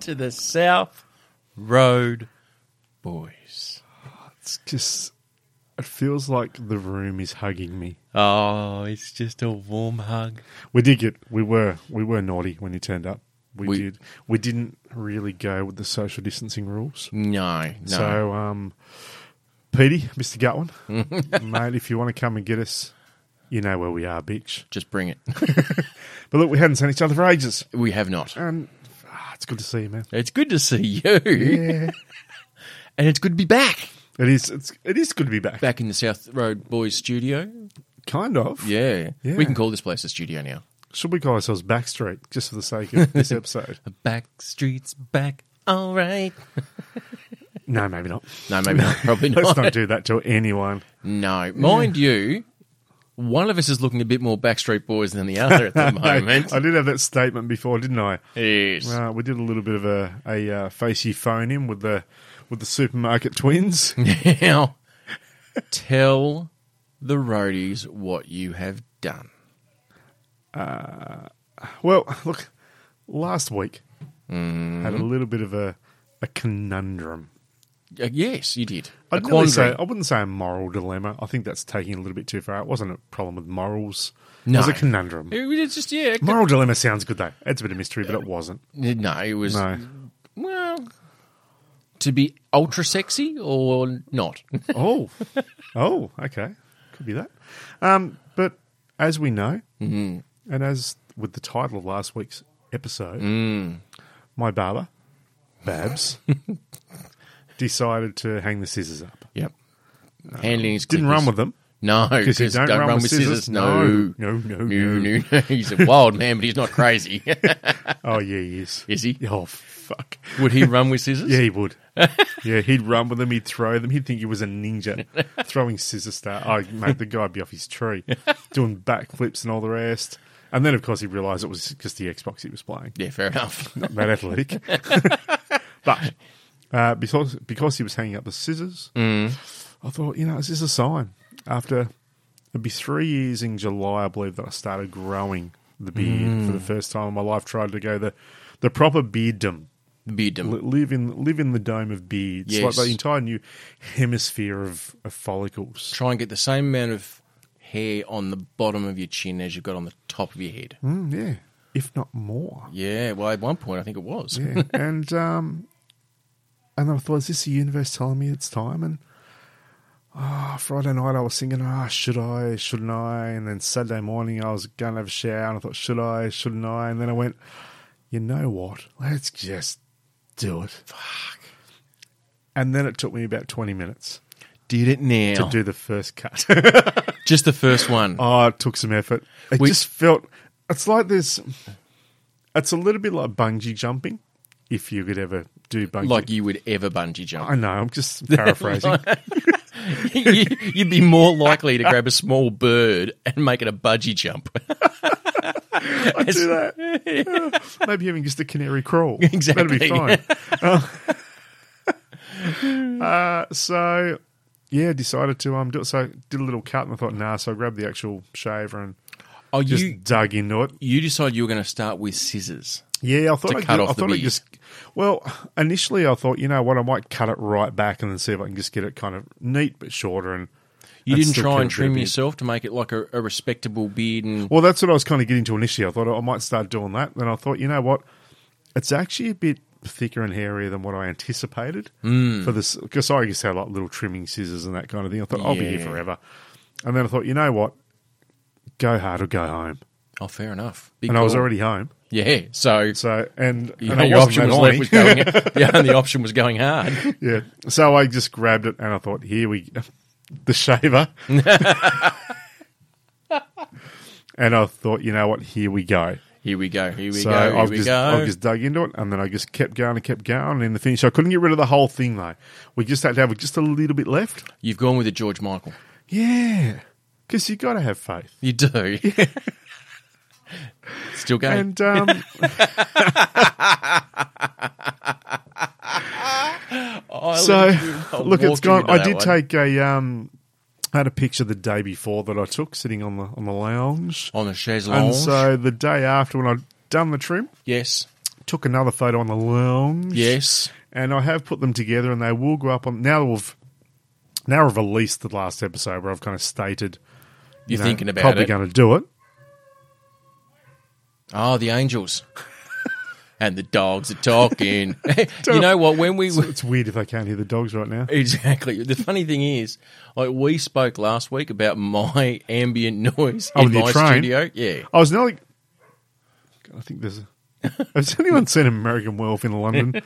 to the South Road Boys. It's just. It feels like the room is hugging me. Oh, it's just a warm hug. We did get. We were. We were naughty when you turned up. We, We- did. We didn't really go with the social distancing rules. No, no. So, um, Petey, Mister Gutwin, mate, if you want to come and get us, you know where we are, bitch. just bring it. But look, we hadn't seen each other for ages, We have not. and ah, it's good to see you, man. It's good to see you. Yeah, And it's good to be back. it is. It's it is good to be back. Back in the South Road Boys studio. Kind of. Yeah. Yeah. We can call this place a studio now. Should we call ourselves Backstreet just for the sake of this episode? The back streets back. All right. No, maybe not. No, maybe not. Probably not. Let's not do that to anyone. No. Mind you, one of us is looking a bit more Backstreet Boys than the other at the moment. I did have that statement before, didn't I? yes. Uh, we did a little bit of a a uh, facey phone in with the with the supermarket twins. Now, tell the roadies what you have done. Well, look, last week Mm-hmm. had a little bit of a a conundrum. Uh, yes, you did. A I'd nearly say, quandary. I wouldn't say a moral dilemma. I think that's taking it a little bit too far. It wasn't a problem with morals. No. It was a conundrum. It was just, yeah. c- Moral dilemma sounds good though. It's a bit of mystery, but it wasn't. No, it was, No. well, to be ultra sexy or not. Oh, oh, okay, could be that. Um, but as we know, Mm-hmm. and as with the title of last week's episode, Mm. my barber, Babs, decided to hang the scissors up. yep. Handling his Didn't clippers. run with them. No, because you don't, run, with scissors. No. No, no, no, no, no, no. He's a wild man, but he's not crazy. Oh yeah, he is. Is he? Oh fuck. Would he run with scissors? Yeah, he would. yeah, he'd run with them. He'd throw them. He'd think he was a ninja throwing scissor star. Oh, mate, the guy'd be off his tree doing backflips and all the rest. And then, of course, he realised it was just the Xbox he was playing, Yeah, fair enough. not that athletic. but uh, because because he was hanging up the scissors, I thought, you know, is this a sign? After it'd be three years in July, I believe that I started growing the beard for the first time in my life. Tried to go the the proper bearddom. Beard Li- them. live in live in the dome of beards, Yes. like the entire new hemisphere of, of follicles. Try and get the same amount of hair on the bottom of your chin as you've got on the top of your head. Mm, yeah, if not more. Yeah, well, at one point I think it was. Yeah, and um, and I thought, is this the universe telling me it's time? And ah, Friday night I was thinking, ah, should I? Shouldn't I? And then Saturday morning I was going to have a shower, and I thought, should I? Shouldn't I? And then I went, you know what? Let's just do it. Fuck. And then it took me about twenty minutes Did it to now? do the first cut. Just the first one. Oh, it took some effort. It We- just felt. It's like this. It's a little bit like bungee jumping, if you could ever do bungee. Like you would ever bungee I jump. know. I'm just paraphrasing. You- You'd be more likely to grab a small bird and make it a budgie jump. I do that. Yeah. Maybe even just a canary crawl. That'd Exactly. be fine. Uh, uh, so yeah, decided to um do it. So did a little cut, and I thought, nah. So I grabbed the actual shaver and Oh, just you dug into it. you decided you were going to start with scissors. Yeah, I thought to I, cut could- off I the thought I beard. just well, initially I thought, you know what, I might cut it right back and then see if I can just get it kind of neat but shorter and You and didn't still try keep and it a bit trim of beard. yourself to make it like a, a respectable beard and Well, that's what I was kind of getting to initially. I thought I might start doing that, then I thought, you know what, it's actually a bit thicker and hairier than what I anticipated Mm. for this because I used to have like little trimming scissors and that kind of thing. I thought I'll be here Yeah. forever, and then I thought, you know what, go hard or go home, oh, fair enough. Big and I was call. already home. yeah. So, So and, you and know, I your option wasn't was that left horny. was going. the only option was going hard. Yeah. So I just grabbed it and I thought, here we the shaver. and I thought, you know what, here we go. Here we go. Here we so go. Here I've we just go. I've just dug into it and then I just kept going and kept going and in the finish I couldn't get rid of the whole thing though. We just had to have just a little bit left. You've gone with the George Michael. Yeah. Because you gotta have faith. You do. Still going. And um, Oh, so at you. I look it's walked you gone into I that did one. take a um I had a picture the day before that I took sitting on the on the lounge. on the chaise And lounge. so the day after when I'd done the trim, yes. took another photo on the lounge. Yes. and I have put them together, and they will go up on now. that We've now we've released the last episode where I've kind of stated You're know, thinking about probably it. going to do it. Oh, the angels. and the dogs are talking. you know what? When we It's weird if they can't hear the dogs right now. exactly the funny thing is, like we spoke last week about my ambient noise Oh, in with your my train? studio. Yeah, I was nearly. God, I think there's. A, has anyone seen American Werewolf in London?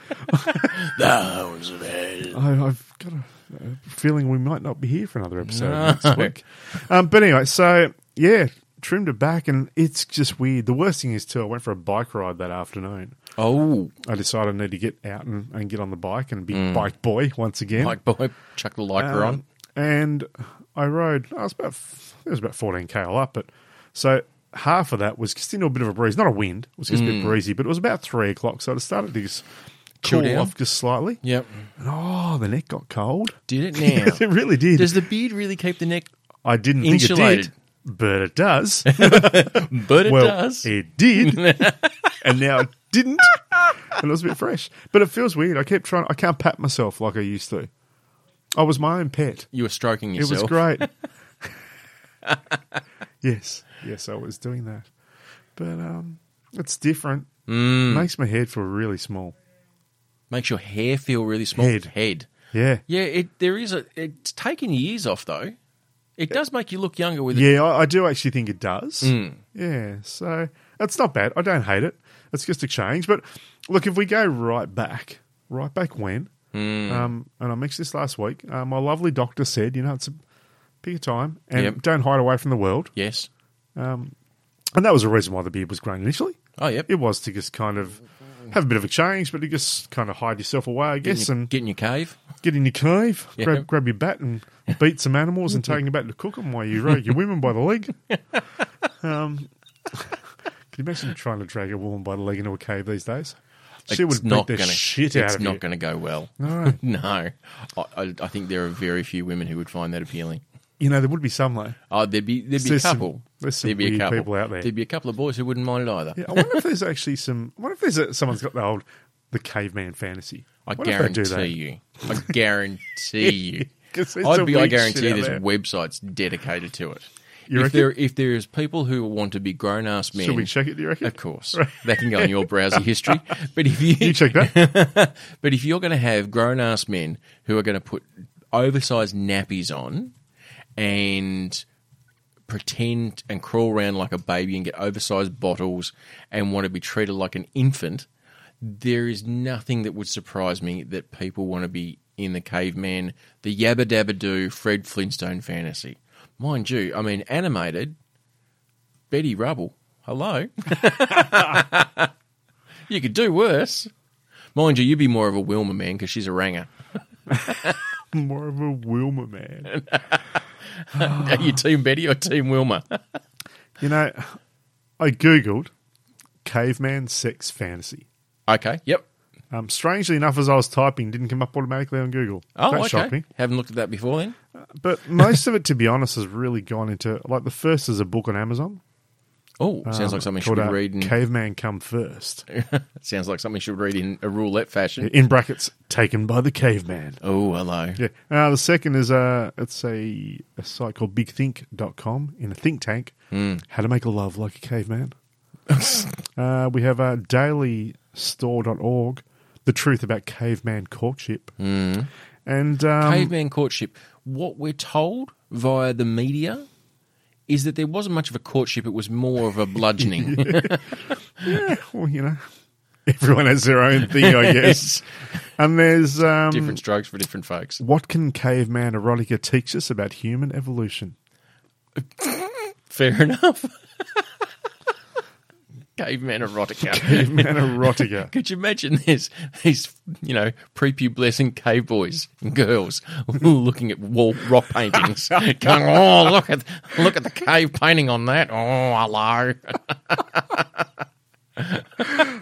those of hell. I, I've got a, a feeling we might not be here for another episode next week. Um, but anyway, so yeah, trimmed it back, and it's just weird. The worst thing is too, I went for a bike ride that afternoon. Oh, I decided I need to get out and, and get on the bike and be bike boy once again. like Mm. boy, chuck the lighter on. Um, and I rode. I was about f- it was about fourteen kl up, but so half of that was just into a bit of a breeze, not a wind. It was just a bit breezy, but it was about three o'clock, so it started to just Mm. Cool cool down? off just slightly. Yep, And oh, the neck got cold. did it now? Yes, it really did. Does the beard really keep the neck? I didn't Insulated. think it did, but it does. But it well, does. It did, and now it didn't. And it was a bit fresh, but it feels weird. I kept trying. I can't pat myself like I used to. I was my own pet. you were stroking It yourself. was great. yes, yes, I was doing that, but um, it's different. Mm. Makes my head feel really small. Makes your hair feel really small. Head. Head. Yeah, Yeah, it there is a. It's taken years off though. It does make you look younger with it. yeah, I, I do actually think it does. Mm. Yeah, so it's not bad. I don't hate it. It's just a change. But look, if we go right back, right back when, um, and I mixed this last week, uh, my lovely doctor said, you know, it's a pick a time and Yep. don't hide away from the world. Yes. And that was the reason why the beard was grown initially. Oh, yep. It was to just kind of have a bit of a change, but to just kind of hide yourself away, I Get in guess, your- and get in your cave. get in your cave, Yeah. grab, grab your bat and beat some animals and take them back to cook them while you rode your women by the leg. Um, can you imagine trying to drag a woman by the leg into a cave these days? She it's would beat not the gonna, It's shit out of not you. going to go well. No, No, I, I, I think there are very few women who would find that appealing. you know there would be some though. Oh, there'd be there'd be a There's some- couple. there's some there'd be a weird couple people out there. There'd be a couple of boys who wouldn't mind it either. Yeah, I wonder if there's actually some. I wonder if there's a, someone's got the old the caveman fantasy. I What if they do guarantee that? you. I guarantee you. 'Cause there's I'd some be. I weird shit guarantee out there's there. websites dedicated to it. You if reckon? there if there is people who want to be grown ass men, Should we check it? Do you reckon? Of course, that can go in your browser history. But if you, You check that. but if you're going to have grown ass men who are going to put oversized nappies on and pretend and crawl around like a baby and get oversized bottles and want to be treated like an infant, there is nothing that would surprise me that people want to be in the caveman, the yabba dabba doo Fred Flintstone fantasy. Mind you, I mean, animated, Betty Rubble. Hello. you could do worse. Mind you, you'd be more of a Wilma man because she's a ranger. More of a Wilma man. Are you Team Betty or Team Wilma? You know, I googled caveman sex fantasy. okay. Yep. Um, strangely enough, as I was typing, didn't come up automatically on Google. Oh, that okay. shocked me. Haven't looked at that before then. But most of it, to be honest, has really gone into like the first is a book on Amazon. Oh, sounds like something should called, be uh, reading. Caveman Come First. sounds like something should read in a roulette fashion. In brackets, taken by the caveman. Oh, hello. Yeah. Uh, the second is uh, it's a, a site called bigthink.com in a think tank. Hmm. How to make a love like a caveman. uh, we have uh, dailystore.org, the truth about caveman courtship. Hmm. And um, Caveman courtship. What we're told via the media is that there wasn't much of a courtship; it was more of a bludgeoning. well, you know, everyone has their own thing, I guess. and there's um, different strokes for different folks. what can caveman erotica teach us about human evolution? Fair enough. Caveman erotica. Caveman erotica. Could you imagine this? These, you know, prepubescent cave boys and girls looking at wall rock paintings, going, "Oh, look at look at the cave painting on that! Oh, hello!"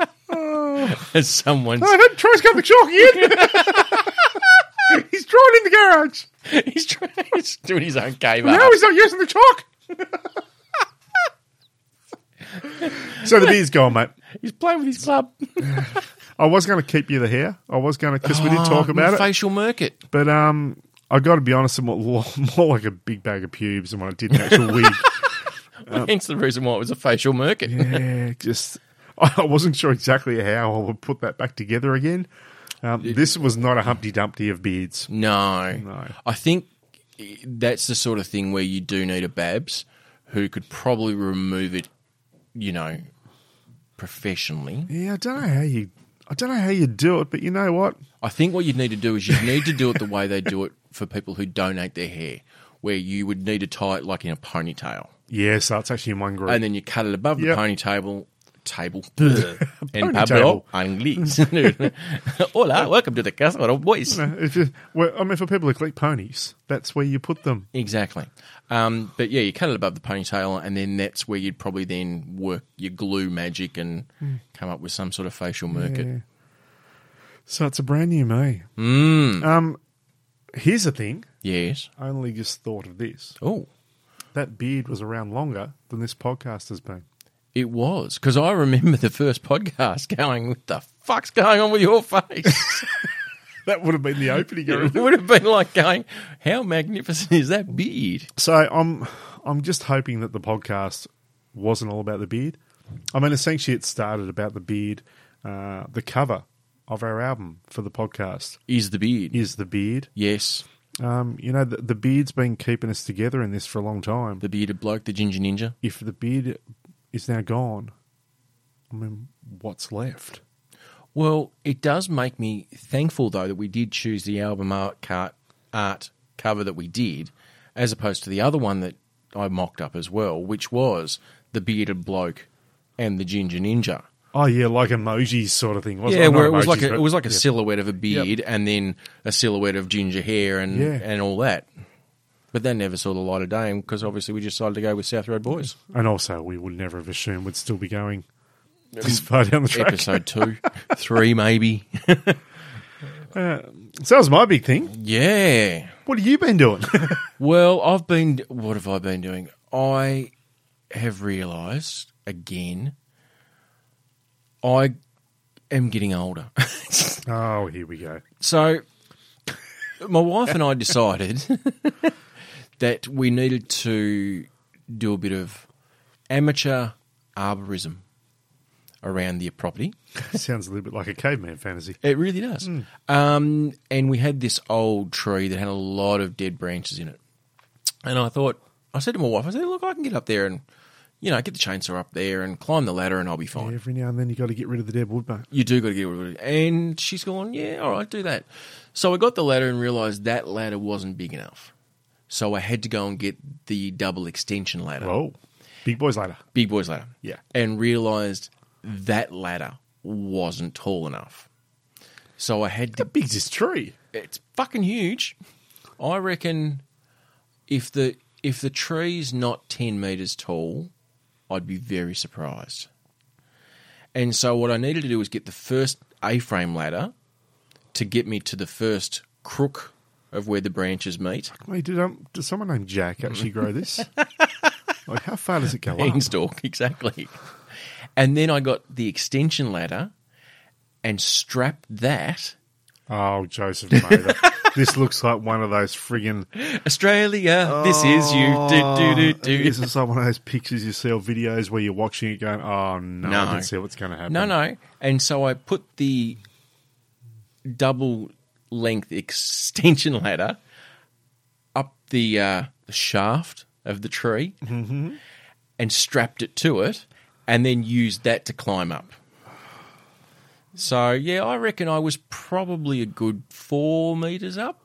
As someone's Oh, Troy's got the chalk in. he's drawing in the garage. he's, trying, he's doing his own cave Now art. he's not using the chalk. so the beer's gone, mate. He's playing with his club. I was going to keep you the hair. I was going to because we did talk Oh, about it. Facial market. But um, I got to be honest, I'm more, more like a big bag of pubes than when I did an actual wig. Hence the reason why it was a facial market. Yeah, just I wasn't sure exactly how I would put that back together again. Um, this was not a Humpty Dumpty of beards. No. No. I think that's the sort of thing where you do need a Babs who could probably remove it, you know, professionally. Yeah, I don't know how you. I don't know how you do it, but you know what? I think what you'd need to do is you'd need to do it the way they do it for people who donate their hair, where you would need to tie it like in a ponytail. Yeah, so it's actually in one group. And then you cut it above Yep. the ponytail. Table and Ponytable. Pablo Anglis. Hola, welcome to the Castle Boys. Uh, if you, well, I mean, for people who collect ponies, that's where you put them. Exactly. Um, but yeah, you cut it above the ponytail, and then that's where you'd probably then work your glue magic and come up with some sort of facial market. Yeah. So it's a brand new me. Mm. Um, here's the thing. Yes. I only just thought of this. Oh, That beard was around longer than this podcast has been. it was. Because I remember the first podcast going, What the fuck's going on with your face? That would have been the opening. I it reckon. would have been like going, How magnificent is that beard? so I'm, I'm just hoping that the podcast wasn't all about the beard. I mean, essentially, it started about the beard. Uh, the cover of our album for the podcast Is the beard. is the beard. Yes. Um, you know, the, the beard's been keeping us together in this for a long time. The bearded bloke, the ginger ninja. If the beard is now gone, I mean, what's left? Well, it does make me thankful though that we did choose the album art, car- art cover that we did, as opposed to the other one that I mocked up as well, which was the bearded bloke and the ginger ninja. Oh yeah, like emojis sort of thing. Wasn't Yeah, it? Not where it was emojis, like a, but- it was like a yeah. silhouette of a beard and then a silhouette of ginger hair and Yeah. and all that. But they never saw the light of day because obviously we decided to go with South Road Boys. And also, we would never have assumed we'd still be going this far down the track. Episode two, three, maybe. So that was my big thing. Yeah. What have you been doing? Well, I've been. What have I been doing? I have realised again. I am getting older, oh, here we go. so my wife and I decided that we needed to do a bit of amateur arborism around the property. Sounds a little bit like a caveman fantasy. It really does. Mm. Um, and we had this old tree that had a lot of dead branches in it. And I thought, I said to my wife, I said, look, I can get up there and, you know, get the chainsaw up there and climb the ladder and I'll be fine. Every now and then, you got to get rid of the dead wood, mate. You do got to get rid of it. And she's going, yeah, all right, do that. So I got the ladder and realized that ladder wasn't big enough. So I had to go and get the double extension ladder. Whoa, big boys later. Big Boys ladder. Yeah. And realized that ladder wasn't tall enough. So I had to Big is this tree? it's fucking huge. I reckon if the if the tree's not ten meters tall, I'd be very surprised. And so what I needed to do was get the first A-frame ladder to get me to the first crook of where the branches meet, Mate, did um, does someone named Jack actually grow this? like, how far does it go up? beanstalk exactly. And then I got the extension ladder and strapped that. Oh, Joseph Mather. this looks like one of those friggin' oh, Australia, this is you. Do, do, do, do. This is like one of those pictures you see or videos where you're watching it going, oh no, No. I can see what's going to happen. No, no. And so I put the double length extension ladder up the, uh, the shaft of the tree Mm-hmm. and strapped it to it and then used that to climb up. So, yeah, I reckon I was probably a good four metres up.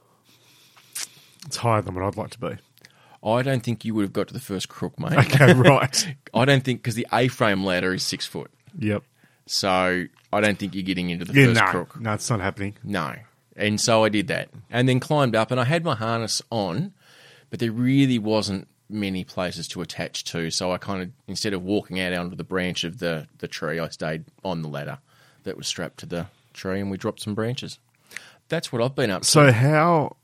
It's higher than what I'd like to be. I don't think you would have got to the first crook, mate. Okay, right. I don't think because the A frame ladder is six foot. Yep. So, I don't think you're getting into the Yeah, first no, crook. no, it's not happening. No. And so I did that and then climbed up and I had my harness on, but there really wasn't many places to attach to. So I kind of, instead of walking out onto the branch of the, the tree, I stayed on the ladder that was strapped to the tree and we dropped some branches. That's what I've been up to So how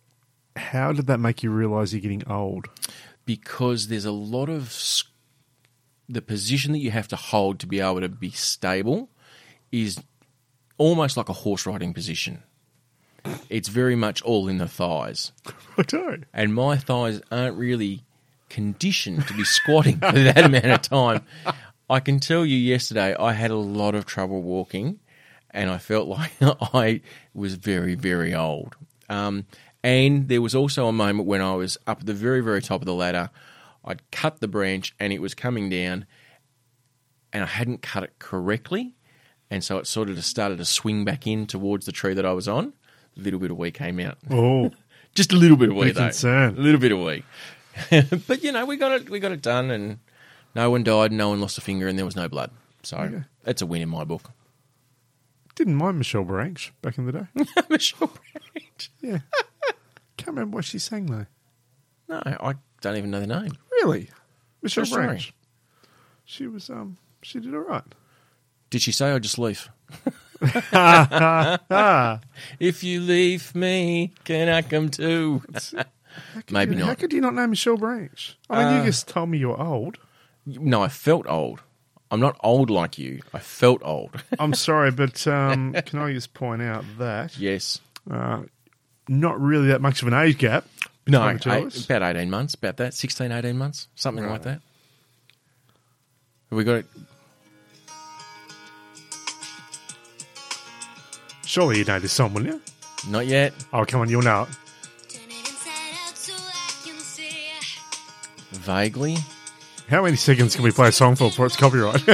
how did that make you realise you're getting old? because there's a lot of s- the position that you have to hold to be able to be stable is almost like a horse riding position. It's very much all in the thighs, I do. and my thighs aren't really conditioned to be squatting for that amount of time. I can tell you, yesterday I had a lot of trouble walking, and I felt like I was very, very old. Um, and there was also a moment when I was up at the very, very top of the ladder. I'd cut the branch, and it was coming down, and I hadn't cut it correctly, and so it sort of just started to swing back in towards the tree that I was on. A little bit of wee came out. Oh, Just a little bit away, Big though. concern. A little bit away. but you know, we got it. We got it done, and no one died, no one lost a finger, and there was no blood. So Okay. that's a win in my book. didn't mind Michelle Branch back in the day. Michelle Branch. Yeah. Can't remember what she sang though. No, I don't even know the name. Really? Michelle True story. Branch. She was um she did all right. Did she say or just leave? if you leave me, can I come too? Maybe How not. could you not know Michelle Branch? I mean, you just told me you're old. No, I felt old. I'm not old like you. I felt old. I'm sorry, but um, can I just point out that yes. uh, not really that much of an age gap. No, between the two of eight- us. about 18 months, about that, 16, 18 months, something like that. Have we got it? Surely you know this song, wouldn't you? Not yet. Oh, come on, you'll know it. Turn it inside out so I can see. Vaguely. How many seconds can we play a song for before it's copyright?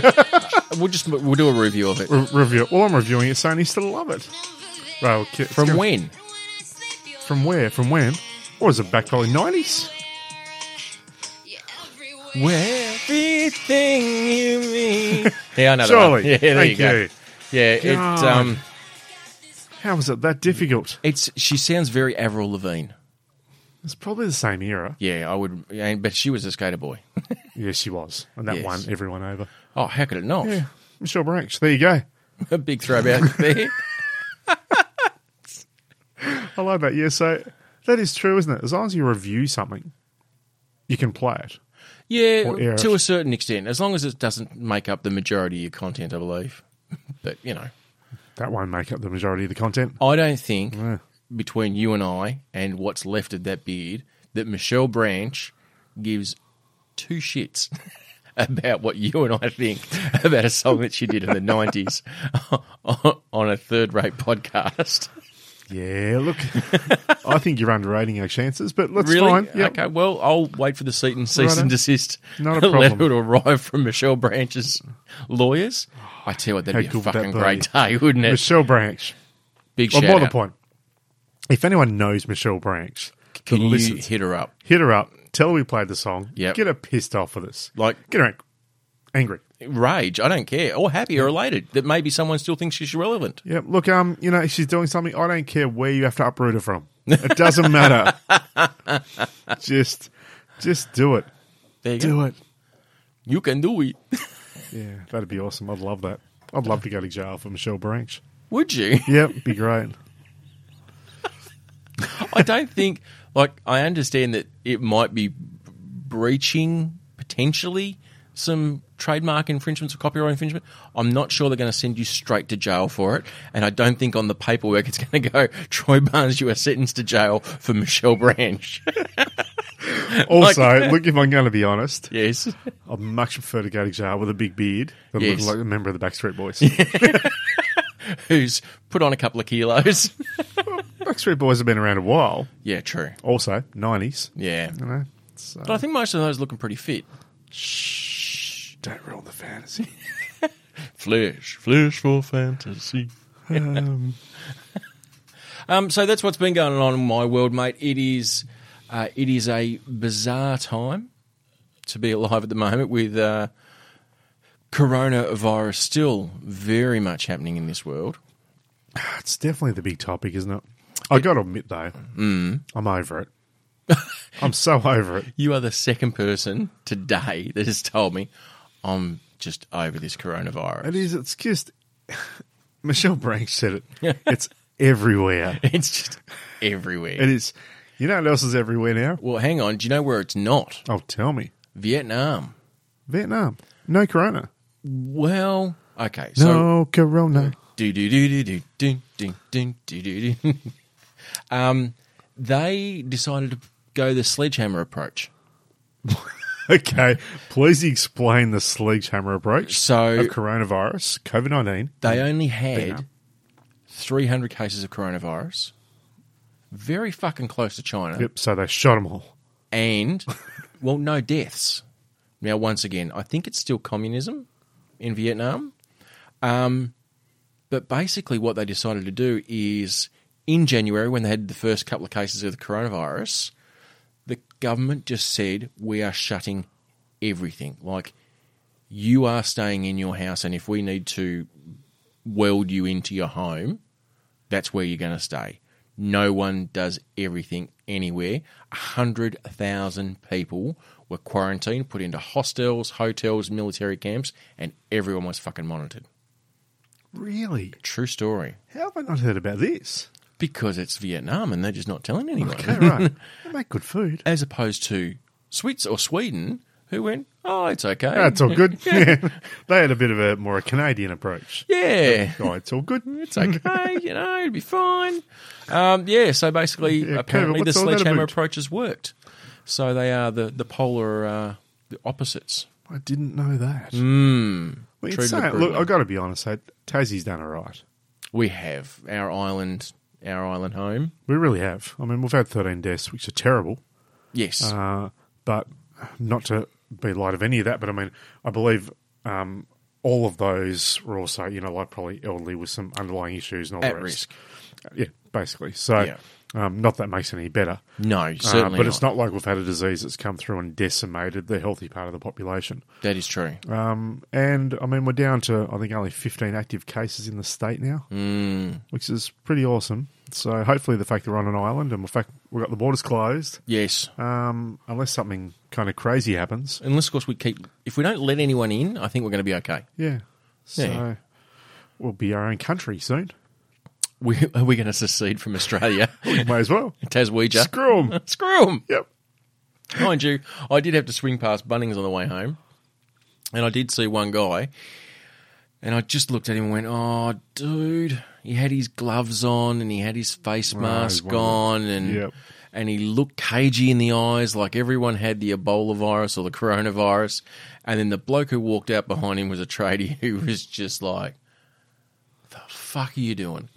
We'll just we'll do a review of it. Re- review. Well, I'm reviewing it, saying he still love it. Right, well, ki- From it's gonna- when? From where? From when? What was it back probably nineties? Where everything you mean. yeah, I know that one. Surely. Yeah, there Thank you go. Yeah, it's God. um, How was it that difficult? it's she sounds very Avril Lavigne. It's probably the same era. Yeah, I would, and- but she was a skater boy. Yes, she was, and that Yes. won everyone over. Oh, how could it not? Yeah, Michelle Branch. There you go. a big throwback there. I like that. Yeah, so that is true, isn't it? As long as you review something, you can play it. Or Yeah, Irish. to a certain extent, as long as it doesn't make up the majority of your content, I believe. But you know, That won't make up the majority of the content. I don't think Yeah. between you and I and what's left of that beard that Michelle Branch gives two shits about what you and I think about a song that she did in the nineties on a third-rate podcast. Yeah, look, I think you're underrating our chances, but let's really? find. Yep. Okay. Well, I'll wait for the cease and cease Righto. and desist. Not a Let problem. it arrive from Michelle Branch's lawyers. I tell you, what, that'd How be a cool would that fucking be? great day, wouldn't it? Michelle Branch. Big Well, shout more the out. point. If anyone knows Michelle Branch, that Can you listens, hit her up? hit her up, tell her we played the song, Yep. get her pissed off with us, Like get her ang- angry. rage. I don't care. Or happy or elated that maybe someone still thinks she's relevant. Yeah, look, um, you know, she's doing something. I don't care where you have to uproot her from. It doesn't matter. just, just do it. There you go. Do it. You can do it. Yeah, that'd be awesome. I'd love that. I'd love to go to jail for Michelle Branch. Would you? Yep, be great. I don't think. Like I understand that it might be breaching potentially some trademark infringements or copyright infringement. I'm not sure they're going to send you straight to jail for it, and I don't think on the paperwork it's going to go. Troy Barnes, you are sentenced to jail for Michelle Branch. Also, look, if I'm going to be honest, yes, I'd much prefer to go to jail with a big beard than Yes. look like a member of the Backstreet Boys. who's put on a couple of kilos? Backstreet Boys have been around a while. yeah, true. Also, nineties. Yeah, You know, uh, so. but I think most of those looking pretty fit. Shh, don't ruin the fantasy. Flesh, flesh for fantasy. um, Um, so that's what's been going on in my world, mate. It is, uh, it is a bizarre time to be alive at the moment with uh, coronavirus still very much happening in this world. it's definitely the big topic, isn't it? I got to admit though, Mm. I'm over it. I'm so over it. You are the second person today that has told me I'm just over this coronavirus. It is. It's just Michelle Branch said it. It's everywhere. It's just everywhere. It is. You know what else is everywhere now? well, hang on. Do you know where it's not? Oh, tell me, Vietnam. Vietnam. No corona. Well, okay. So No corona. do do do do do do do do do do. Um, they decided to go the sledgehammer approach. Okay, please explain the sledgehammer approach So- of coronavirus, COVID nineteen. They only had Yeah. 300 cases of coronavirus, very fucking close to China, Yep, so they shot them all. and well, no deaths. Now, once again, I think it's still communism in Vietnam. Um, but basically, what they decided to do is in January, when they had the first couple of cases of the coronavirus, the government just said, We are shutting everything. Like, you are staying in your house, and if we need to weld you into your home, that's where you're going to stay. No one does everything anywhere. 100,000 people were quarantined, put into hostels, hotels, military camps, and everyone was fucking monitored. Really? True story. How have I not heard about this? Because it's Vietnam and they're just not telling anyone. Okay, right. They make good food. As opposed to Swiss or Sweden, who went, oh, it's okay. That's all good. Yeah. they had a bit of a more a Canadian approach. Yeah. Oh, it's all good. It's okay, you know, it'd be fine. Um, yeah, so basically, Yeah, apparently Kevin, the what's all that sledgehammer about? approach has worked. So they are the, the polar uh, the opposites. I didn't know that. Well, it's Treated saying- it look, brutally. I've got to be honest. eh, Tassie's done all right. We have our island, our island home. We really have. I mean, we've had 13 deaths, which are terrible. Yes, Uh, but not to be light of any of that, but I mean, I believe um, all of those were also, you know, like probably elderly with some underlying issues and all at the rest. risk. Yeah, basically. So, Yeah. um, not that makes any better. No, Uh, certainly, but it's not like we've had a disease that's come through and decimated the healthy part of the population. That is true. Um, and I mean, we're down to I think only 15 active cases in the state now, mm. which is pretty awesome. So hopefully, the fact that we're on an island and the fact we've got the borders closed, Yes, um, unless something kind of crazy happens, unless of course we keep. If we don't let anyone in, I think we're going to be okay. yeah. So Yeah. we'll be our own country soon. We, are we going to secede from Australia, We may as well. Taswegia? Screw 'em. Screw 'em. yep. Mind you, I did have to swing past Bunnings on the way home, and I did see one guy, and I just looked at him and went, "Oh, dude, he had his gloves on and he had his face mask one of on, and Yep. and he looked cagey in the eyes, like everyone had the Ebola virus or the coronavirus." And then the bloke who walked out behind him was a tradie who was just like, "The fuck are you doing?"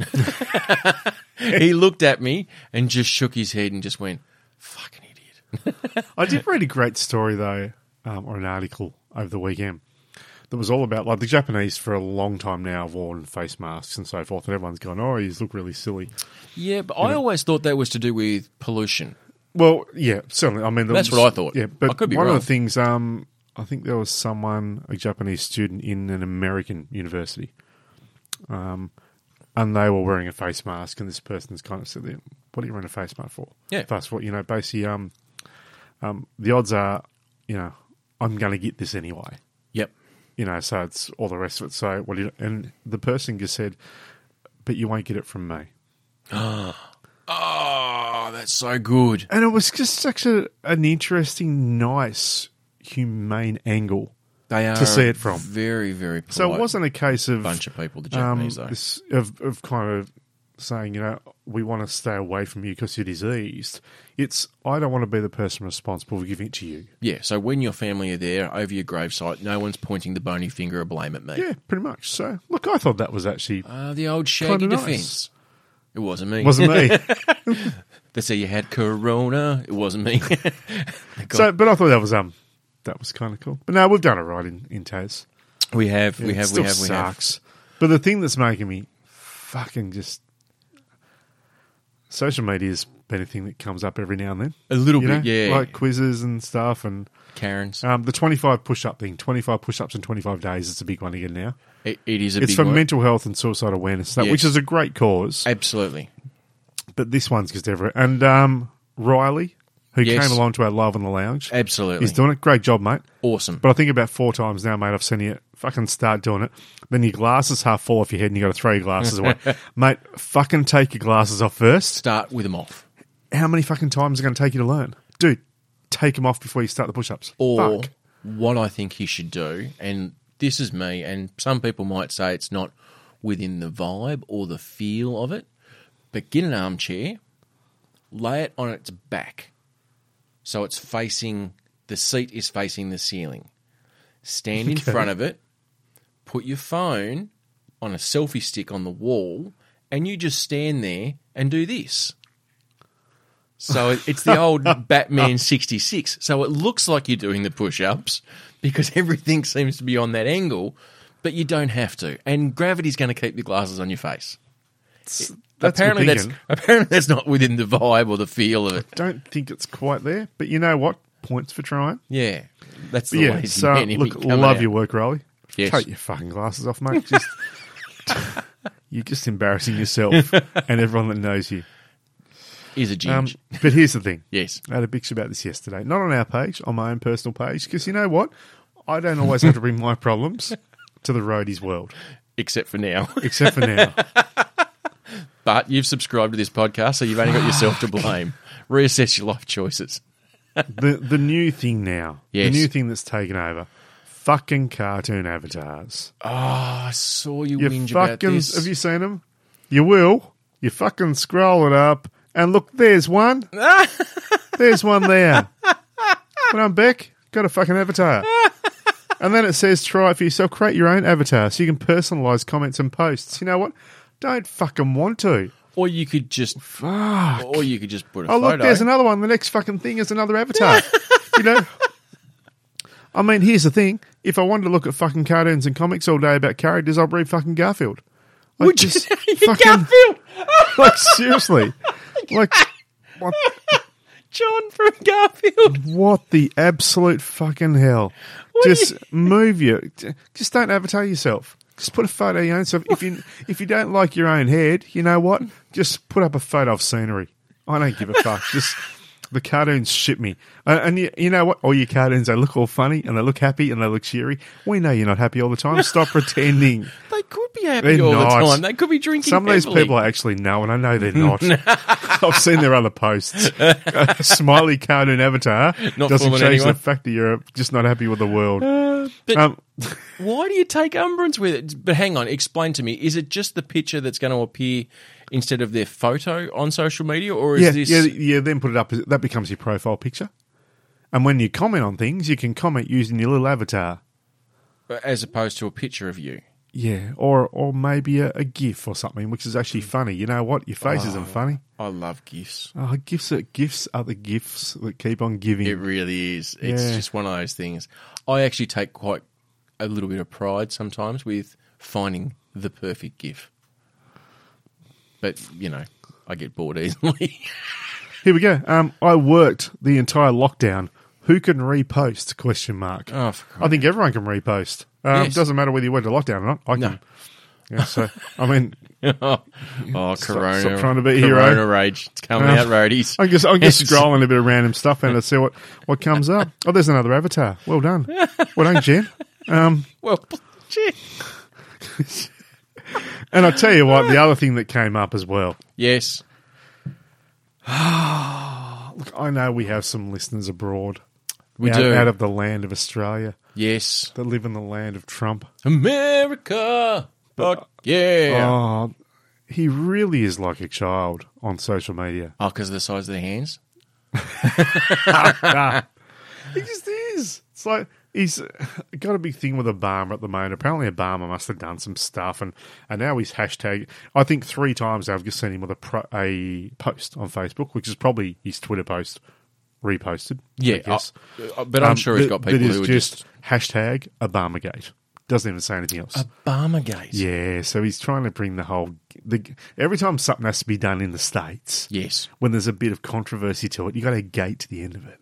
he looked at me and just shook his head and just went, "Fucking idiot." I did read a great story though, um, or an article over the weekend that was all about like the Japanese for a long time now have worn face masks and so forth, and everyone's gone, "Oh, you look really silly." Yeah, but I always thought that was to do with pollution. Well, yeah, certainly. I mean, there That's was- what I thought. Yeah, but I could be one wrong. of the things, um, I think there was someone, a Japanese student in an American university, um, and they were wearing a face mask, and this person's kind of said, "What are you wearing a face mask for?" Yeah. fast forward, you know, basically, um, um, the odds are, you know, I'm going to get this anyway. Yep. you know, so it's all the rest of it. So what do you, and the person just said, but you won't get it from me. Oh, that's so good. And it was just such a, an interesting, nice, humane angle. They are To see it from. very, very. Polite So it wasn't a case of bunch of people. The um, Japanese though. this- of, of kind of saying, you know, we want to stay away from you because you're diseased. It's I don't want to be the person responsible for giving it to you. yeah. So when your family are there over your gravesite, no one's pointing the bony finger of blame at me. Yeah, pretty much. So look, I thought that was actually Uh, the old shaggy Kinda nice. defence. It wasn't me. wasn't me. They say you had corona. It wasn't me. so, but I thought that was um, that was kind of cool. But no, we've done it right in in Taz. we have, we It have, we still have, we have. sucks. But the thing that's making me fucking just social media's been a thing that comes up every now and then. A little You know? bit, yeah. Like quizzes and stuff and Karen's. um, the twenty five push up thing, twenty five push ups in twenty five days is a big one again now. It, it is a It's big for one. mental health and suicide awareness, that, which Yes. is a great cause. Absolutely. But this one's just everywhere. And um, Riley, who Yes. came along to our Love on the Lounge, Absolutely. he's doing it. Great job, mate. awesome. But I think about four times now, mate, I've seen you fucking start doing it. Then your glasses half fall off your head and you got to throw your glasses away. mate, fucking take your glasses off first. Start with them off. How many fucking times is it going to take you to learn? Dude, take them off before you start the push ups. or Fuck. what I think he should do, and this is me, and some people might say it's not within the vibe or the feel of it, but get an armchair, lay it on its back. So it's facing, the seat is facing the ceiling. Stand in front of it, put your phone on a selfie stick on the wall, and you just stand there and do this. So it- it's the old Batman 66. So it looks like you're doing the push ups because everything seems to be on that angle, but you don't have to. And gravity's going to keep the glasses on your face. It's- that's Apparently good that's, thinking. apparently, that's not within the vibe or the feel of it. Don't think it's quite there, but you know what? Points for trying. Yeah. That's the yeah. lazy So man in me look, coming love out. your work, Rolly. Yes. Take your fucking glasses off, mate. Just, you're just embarrassing yourself and everyone that knows you. Is a ginge. Um, but here's the thing. yes. I had a bitch about this yesterday. Not on our page, on my own personal page, because you know what? I don't always have to bring my problems to the roadies world, Except for now. except for now. but you've subscribed to this podcast, so you've only got yourself to blame. Reassess your life choices. the the new thing now, Yes. the new thing that's taken over, fucking cartoon avatars. I saw you, Ah, You whinge about fucking this. have you seen them? You will. You fucking scroll it up and look. There's one. there's one there. But I'm back. Got a fucking avatar. And then it says, try it for yourself. Create your own avatar so you can personalize comments and posts. You know what? Don't fucking want to. Or you could just Fuck. or you could just put a Oh, photo. look, there's another one. The next fucking thing is another avatar. you know? I mean, here's the thing. If I wanted to look at fucking cartoons and comics all day about characters, I'd read fucking Garfield. Like, Would you- just fucking, Garfield, like, seriously. Like, what, John from Garfield. what the absolute fucking hell? do just move you. Just don't avatar yourself. Just put a photo of your own self. If you, if you don't like your own head, you know what? Just put up a photo of scenery. I don't give a fuck. Just the cartoons ship me. And, and you, you know what? All your cartoons, they look all funny and they look happy and they look cheery. We know you're not happy all the time. Stop pretending. They could be happy They're all not. the time. They could be drinking. Some of these heavily. people I actually know, and I know they're not. I've seen their other posts. Smiley cartoon avatar Not doesn't fooling change anyone. the fact that you're just not happy with the world. but- um, Why do you take umbrance with it? But hang on, explain to me. Is it just the picture that's going to appear instead of their photo on social media, or is yeah, this? yeah, yeah. Then put it up. as- That becomes your profile picture. And when you comment on things, you can comment using your little avatar. as opposed to a picture of you. Yeah, or or maybe a, a GIF or something, which is actually Hmm. funny. You know what? Your face isn't Oh. funny. I love gifts. Oh, gifts are gifts are the gifts that keep on giving. It really is. It's Yeah. just one of those things. I actually take quite a little bit of pride sometimes with finding the perfect gift. But, you know, I get bored easily. Here we go. Um, I worked the entire lockdown. Who can repost? Question mark. oh, for Christ. I think everyone can repost. Um, Yes. Doesn't matter whether you went to lockdown or not. I can. No. Yeah, so I mean, oh, Corona. stop trying to be a hero. Corona rage. It's coming Um, out, roadies. I'm just I'm just Yes. scrolling a bit of random stuff and I see what what comes up. Oh, there's another avatar. Well done. Well done, Jen. Um, Well, gee. and I tell you what, the other thing that came up as well. Yes. Look, I know we have some listeners abroad. We out, do. out of the land of Australia Yes. that live in the land of Trump. America. Fuck yeah. Oh, he really is like a child on social media. Oh, because of the size of their hands? He just is. It's like he's got a big thing with Obama at the moment. Apparently, Obama must have done some stuff, and and now he's hashtag. I think three times I've just seen him with a pro, a post on Facebook, which is probably his Twitter post reposted. Yeah. I guess. I- I- but I'm Um, sure he's that- got people that is who are just. hashtag ObamaGate. Doesn't even say anything else. Obama gaze. yeah, so he's trying to bring the whole. The, every time something has to be done in the states, Yes. when there's a bit of controversy to it, you got to gate to the end of it.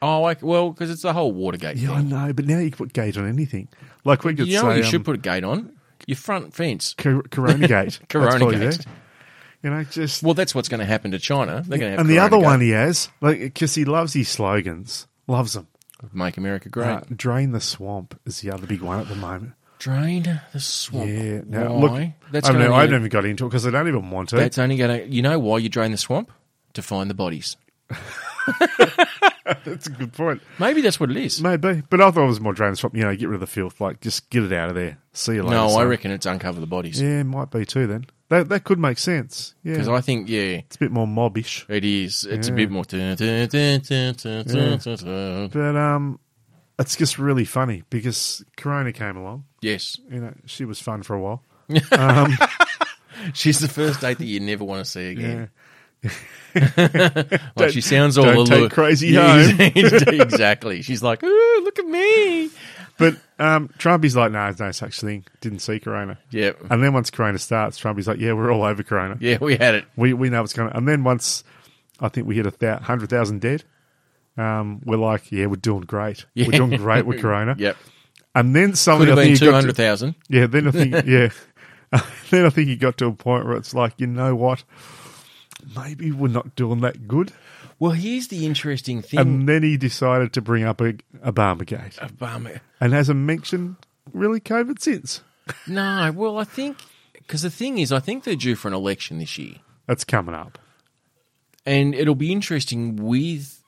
Oh, like, well, because it's the whole Watergate Yeah, I thing. know, but now you can put gate on anything. Like we could You know say, what you um, should put a gate on? Your front fence. cor- Corona gate. That's Corona probably gate. there. You know, just Well, that's what's going to happen to China. They're going to have and the Corona other gate. one he has, like because he loves his slogans, loves them. Make America great. Uh, drain the swamp is the other big one at the moment. Drain the swamp. Yeah, now why? look, that's I don't gonna know. I be- haven't even got into it because I don't even want to. That's only going to. You know why you drain the swamp? To find the bodies. That's a good point. Maybe that's what it is. Maybe, but I thought it was more drainage swap. You know, get rid of the filth. Like, just get it out of there. See you later. no, I son. reckon it's uncover the bodies Yeah, might be too. Then that that could make sense. Yeah, because I think yeah, it's a bit more mobbish. it is. It's a Yeah. bit more. dun, dun, dun, dun, dun, dun, dun, dun. But um, it's just really funny because Corona came along. Yes, You know, she was fun for a while. she's the first date that you never want to see again. Yeah, Like Don't- she sounds all don't aloof. take crazy home. exactly. She's like, ooh, look at me. but um, Trump is like, no, there's no such thing. Didn't see Corona. Yeah, And then once Corona starts, Trump is like, yeah, we're all over Corona. yeah, we had it. We we know what's going. to And then once I think we hit a thou- hundred thousand dead. Um, we're like, yeah, we're doing great. We're Yeah. doing great with Corona. Yep, And then something could have I been think two you got to- hundred thousand. Yeah, then I think yeah. then I think he got to a point where it's like, you know what? Maybe we're not doing that good. Well, here's the interesting thing. And then he decided to bring up a, a Barmagate Obama. and hasn't mentioned really COVID since. No, well, I think because the thing is, I think they're due for an election this year, That's coming up. and it'll be interesting with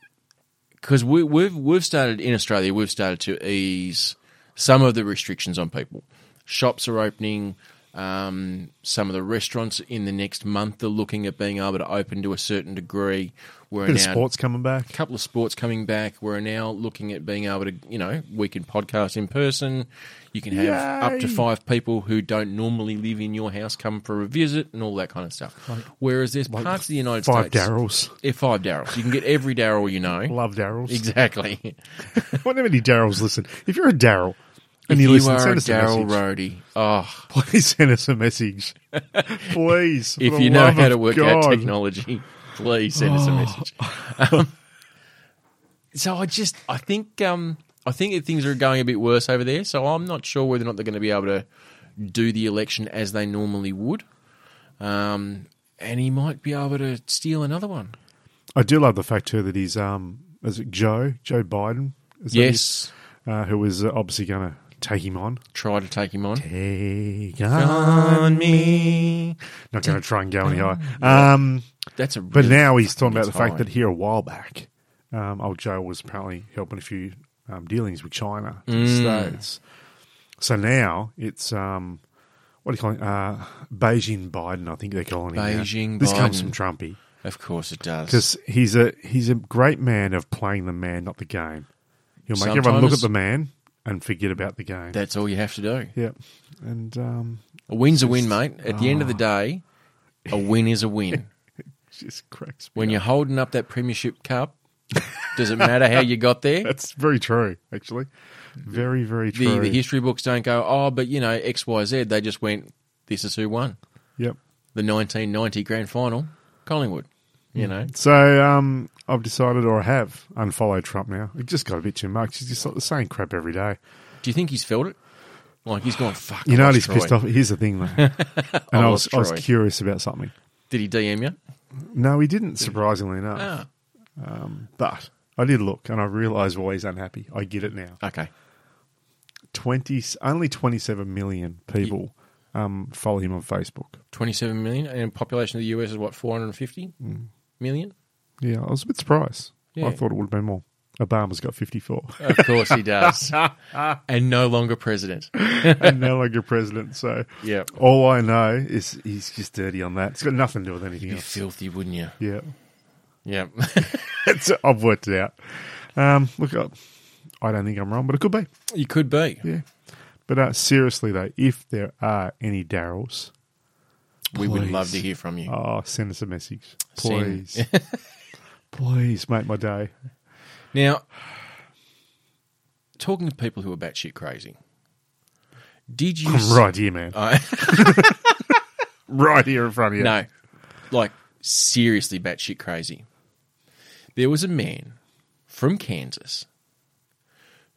because we, we've we've started in Australia, we've started to ease some of the restrictions on people. Shops are opening. Um, some of the restaurants in the next month are looking at being able to open to a certain degree. We're Bit of now sports coming back. couple of sports coming back. We're now looking at being able to, you know, we can podcast in person. You can have up to Yay. five people who don't normally live in your house come for a visit and all that kind of stuff. Whereas there's parts of the United Five States. Daryls. Yeah, five Daryls. You can get every Daryl you know. Love Daryls. Exactly. Whatever many Daryls listen. If you're a Daryl and If you, listen, are send a us a Daryl message. roadie. Oh, Please send us a message. Please. for if the you know love how of to work out God. Oh. technology, please send us a message. Um, so I just I think um, I think that things are going a bit worse over there. So I'm not sure whether or not they're going to be able to do the election as they normally would. Um, and he might be able to steal another one. I do love the fact too that he's um, is it Joe Joe Biden? Is that his- Yes, uh, who is uh, obviously going to take him on? try to take him on. Take On me. Not going to try and go any higher. Um, That's a. but really now he's talking fucking about the fact time. that here a while back, um, old Joe was apparently helping a few um, dealings with China, Mm. and the states. So now it's um, what do you call it? Uh, Beijing Biden, I think they're calling him. now. Beijing This comes Biden. from Trumpy. of course, it does. because he's a he's a great man of playing the man, not the game. He'll make everyone look Sometimes- at the man and forget about the game. that's all you have to do. yeah, and um, A win's a win, mate. At the end Oh. of the day, a win is a win. it just cracks. me When up. you're holding up that Premiership Cup, does it matter how you got there? that's very true, actually, very very true. The, the history books don't go, oh, but you know, X, Y, Z. They just went, this is who won yep. the 1990 grand final, Collingwood. Hmm. You know, So um, I've decided, or I have unfollowed Trump now. It just got a bit too much. He's just like the same crap every day. do you think he's felt it? Like he's gone, fuck. You I know, lost what he's Troy. pissed off. Here's the thing, though. and I was lost I was Troy. curious about something. Did he DM Hmm. you? No, he didn't. Surprisingly enough, Ah, but I did look, and I realised why he's unhappy. I get it now. okay. 20, only 27 million people um, follow him on Facebook. 27 million, and population of the US is what 450 Hmm. million. Yeah, I was a bit surprised. Yeah. I thought it would have been more. Obama's got 54 Of course he does, and no longer president. and now like your president. So Yeah. all I know is he's just dirty on that. It's got nothing to do with anything You'd be else. filthy, wouldn't you? yeah. Yeah. It's, I've worked it out. Um, look, I, I don't think I'm wrong, but it could be. you could be. Yeah. But uh, seriously, though, if there are any Daryls, We would Please. love to hear from you. oh, send us a message. Send- Please. Please make my day. Now, talking to people who are batshit crazy, did you I'm s- right here, man. I- right here in front of you. no, like seriously batshit crazy? There was a man from Kansas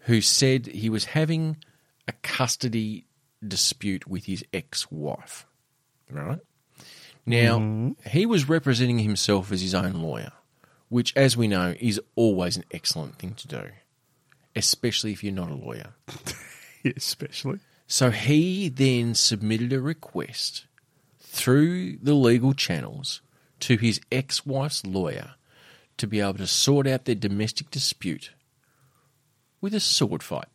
who said he was having a custody dispute with his ex-wife. Right now, he was representing himself as his own lawyer, which, as we know, is always an excellent thing to do, especially if you're not a lawyer. Yeah, especially. So he then submitted a request through the legal channels to his ex wife's lawyer to be able to sort out their domestic dispute with a sword fight.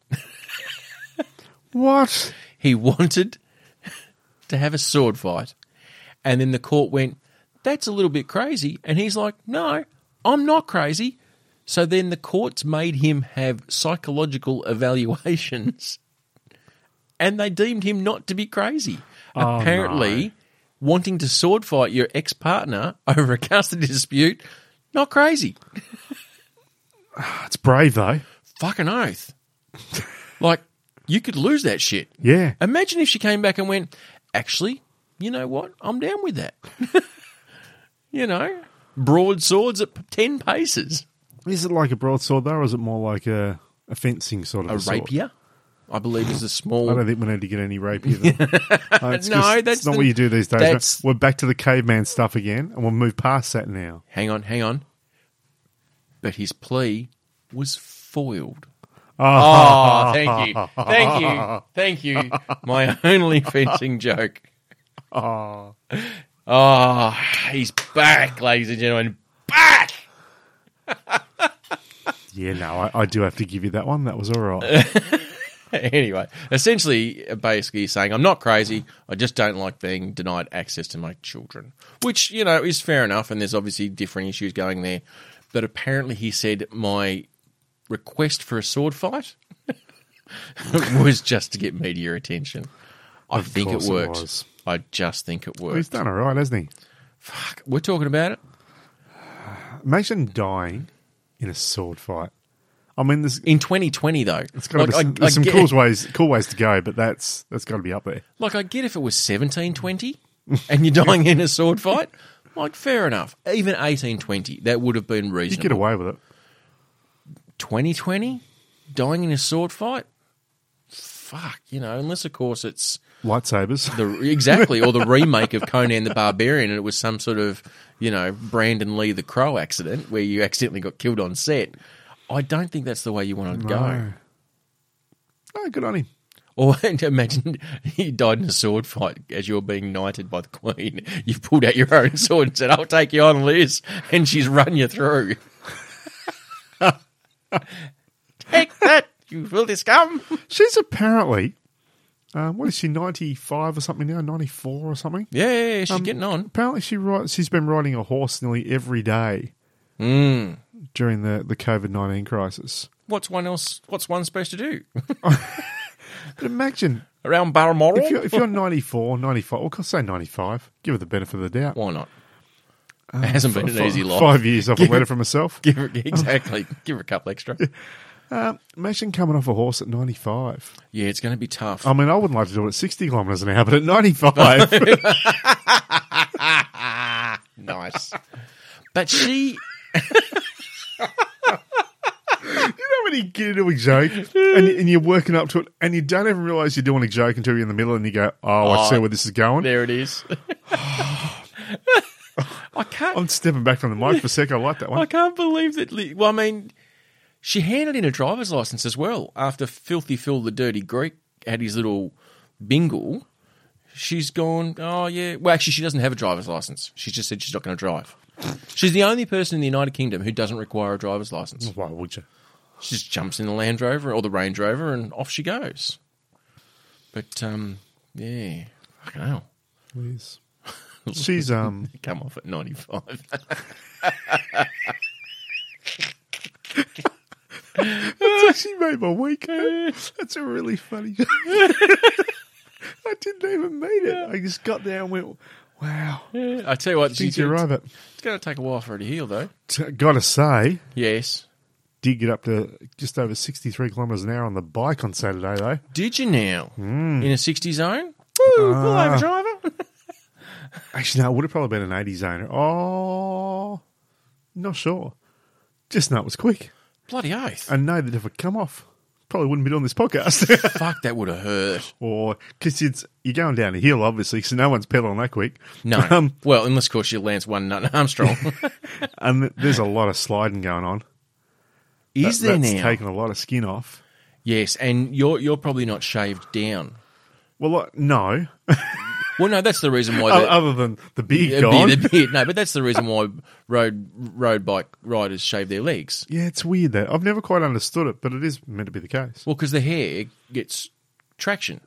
What? He wanted to have a sword fight. And then the court went, that's a little bit crazy. And he's like, no, I'm not crazy. So then the courts made him have psychological evaluations and they deemed him not to be crazy. Oh, Apparently, wanting to sword fight your ex partner over a custody dispute, not crazy. That's Oh, brave though. Fucking oath. like, you could lose that shit. Yeah. Imagine if she came back and went, actually, you know what? I'm down with that. you know, broadswords at 10 paces. Is it like a broadsword though, or is it more like a, a fencing sort of A sword? rapier, I believe, is a small. I don't think we need to get any rapier. Then. Uh, it's No, just- that's it's not the- what you do these days. that's- We're back to the caveman stuff again, and we'll move past that now. hang on, hang on. But his plea was foiled. Oh, thank you. Thank you. Thank you. My only fencing joke. Oh. he's back, ladies and gentlemen. Back! Yeah, no, I, I do have to give you that one. That was all right. anyway, essentially, basically he's saying, I'm not crazy. I just don't like being denied access to my children, which, you know, is fair enough. And there's obviously different issues going there. But apparently, he said, My request for a sword fight was just to get media attention. I think it course it worked. was. I just think it He's worked. done all right, hasn't he? We're talking about it Imagine dying in a sword fight. I mean, there's, in 2020, though. it's got to be Like, I- some, I there's some get- cool ways, cool ways to go, but that's that's got to be up there. Like I get if it was seventeen twenty, and you're dying in a sword fight, like fair enough. Even eighteen twenty, that would have been You get reasonable. away with it. Twenty twenty, dying in a sword fight, fuck, you know, unless of course it's Lightsabers. the exactly or the remake of Conan the Barbarian, and it was some sort of you know Brandon Lee the Crow accident where you accidentally got killed on set. I don't think that's the way you want to go. No. Oh, good on him. Or imagine you died in a sword fight as you were being knighted by the queen. You pulled out your own sword and said, "I'll take you on, Liz," and she's run you through. take that, you filthy scum! She's apparently, um, what is she, 95 or something now, 94 or something? Yeah, yeah, yeah, she's getting on. Apparently, she rides, she's been riding a horse nearly every day Mm. during the, the COVID 19 crisis. What's one else? What's one supposed to do But imagine around Balmoral? if you're, if you're 94, 95, or say 95, give her the benefit of the doubt. Why not? it hasn't been an Fi- easy life. Five years off a letter from herself. Give her, exactly. Give her a couple extra. Um, imagine coming off a horse at 95. Yeah, it's going to be tough. I mean, I wouldn't like to do it at 60 kilometres an hour, but at 95. nice, but she. know when you get into a joke and, you- and you're working up to it and you don't even realize you're doing a joke until you're in the middle and you go, oh, I Oh, see where this is going. There it is. I can't. I'm stepping back from the mic for a sec. I like that I one. can't believe that. Li- Well, I mean, she handed in a driver's license as well after Filthy Phil, the Dirty Greek, had his little bingle. She's gone. Oh yeah. Well, actually, she doesn't have a driver's license. She just said she's not going to drive. She's the only person in the United Kingdom who doesn't require a driver's license. Why would you? She just jumps in the Land Rover or the Range Rover and off she goes. But um, yeah, fucking hell, Please. She's um. come off at ninety five. That's actually made my week. That's a really funny joke. I didn't even mean it. I just got there and went, "Wow, I tell you what, did she's you gonna- arrive at?" It's going to take a while for her to heal, though. T- gotta say, Yes. did get up to just over sixty-three kilometres an hour on the bike on Saturday, though. Did you now? Hmm. In a 60 zone? Ah. Woo, pull over, driver. Actually, no, it would have probably been an eighty zoner. Oh, not sure. Just know it was quick. Bloody oath. I know that if it come off, probably wouldn't be doing this podcast. Fuck, that would have hurt. or because it's you're going down a hill, obviously, so no one's pedaling that quick. No. Um, well, unless, of course, you lands one nut in Armstrong. and th- there's a lot of sliding going on. Is That- there that's now? taking a lot of skin off? yes, and you're, you're probably not shaved down. Well, I- no, Well, no, that's the reason why. O- the- Other than the beard Yeah, gone. beard, beard. No, but that's the reason why road road bike riders shave their legs. Yeah, it's weird that I've never quite understood it, but it is meant to be the case. Well, because the hair gets traction,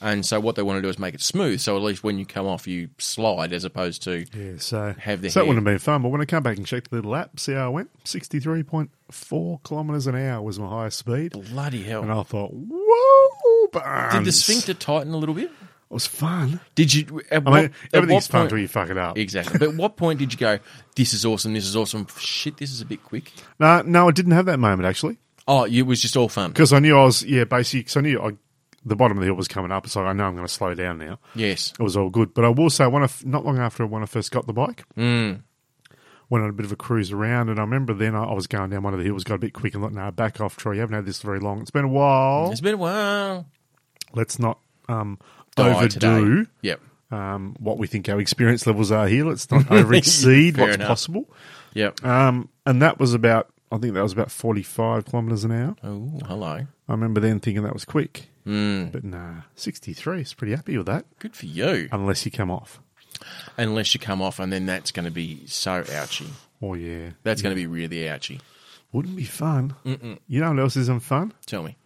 and so what they want to do is make it smooth. So at least when you come off, you slide as opposed to Yeah, so Have the so that hair. wouldn't have been fun. But when I come back and checked the little app, see how I went. Sixty-three point four kilometers an hour was my highest speed, bloody hell. and I thought, whoa, Barnes. Did the sphincter tighten a little bit? It was fun. Did you? At I what, mean, at what everything's fun point- until you fuck it up. Exactly. But what point did you go? This is awesome. This is awesome. Shit, this is a bit quick. No, no, I didn't have that moment actually Oh, it was just all fun. because I knew I was yeah, basically because I knew I, the bottom of the hill was coming up. It's like I know I'm going to slow down now. Yes. It was all good, but I will say, when I f- not long after when I first got the bike, Mm. went on a bit of a cruise around, and I remember then I, I was going down one of the hills, got a bit quick, and like, no, back off, Troy. You haven't had this very long. It's been a while. It's been a while. Let's not um, Die overdo today. Yep. um, what we think our experience levels are here. Let's not over exceed Fair what's enough. possible. Yep. Um, and that was about, I think that was about 45 kilometres an hour. oh, hello. I remember then thinking that was quick. Hmm. But nah, 63 is pretty happy with that, Good for you. unless you come off. Unless you come off, and then that's going to be so ouchy. Oh, yeah. That's going to be really ouchy. Wouldn't be fun. You know what else isn't fun? Tell me.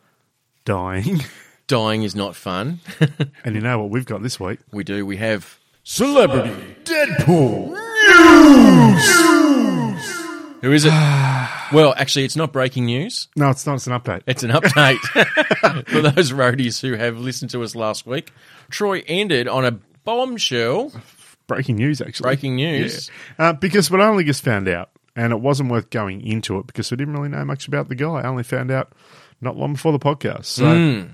Dying. Dying is not fun. and you know what we've got this week? we do. We have celebrity. Deadpool. Who is it? well, actually, it's not breaking news. No, it's not. It's an update. It's an update for those roadies who have listened to us last week. Troy ended on a bombshell. Breaking news, actually. Breaking news. Yeah. Uh, because what I only just found out, and it wasn't worth going into it because we didn't really know much about the guy. I only found out not long before the podcast. So, Hmm.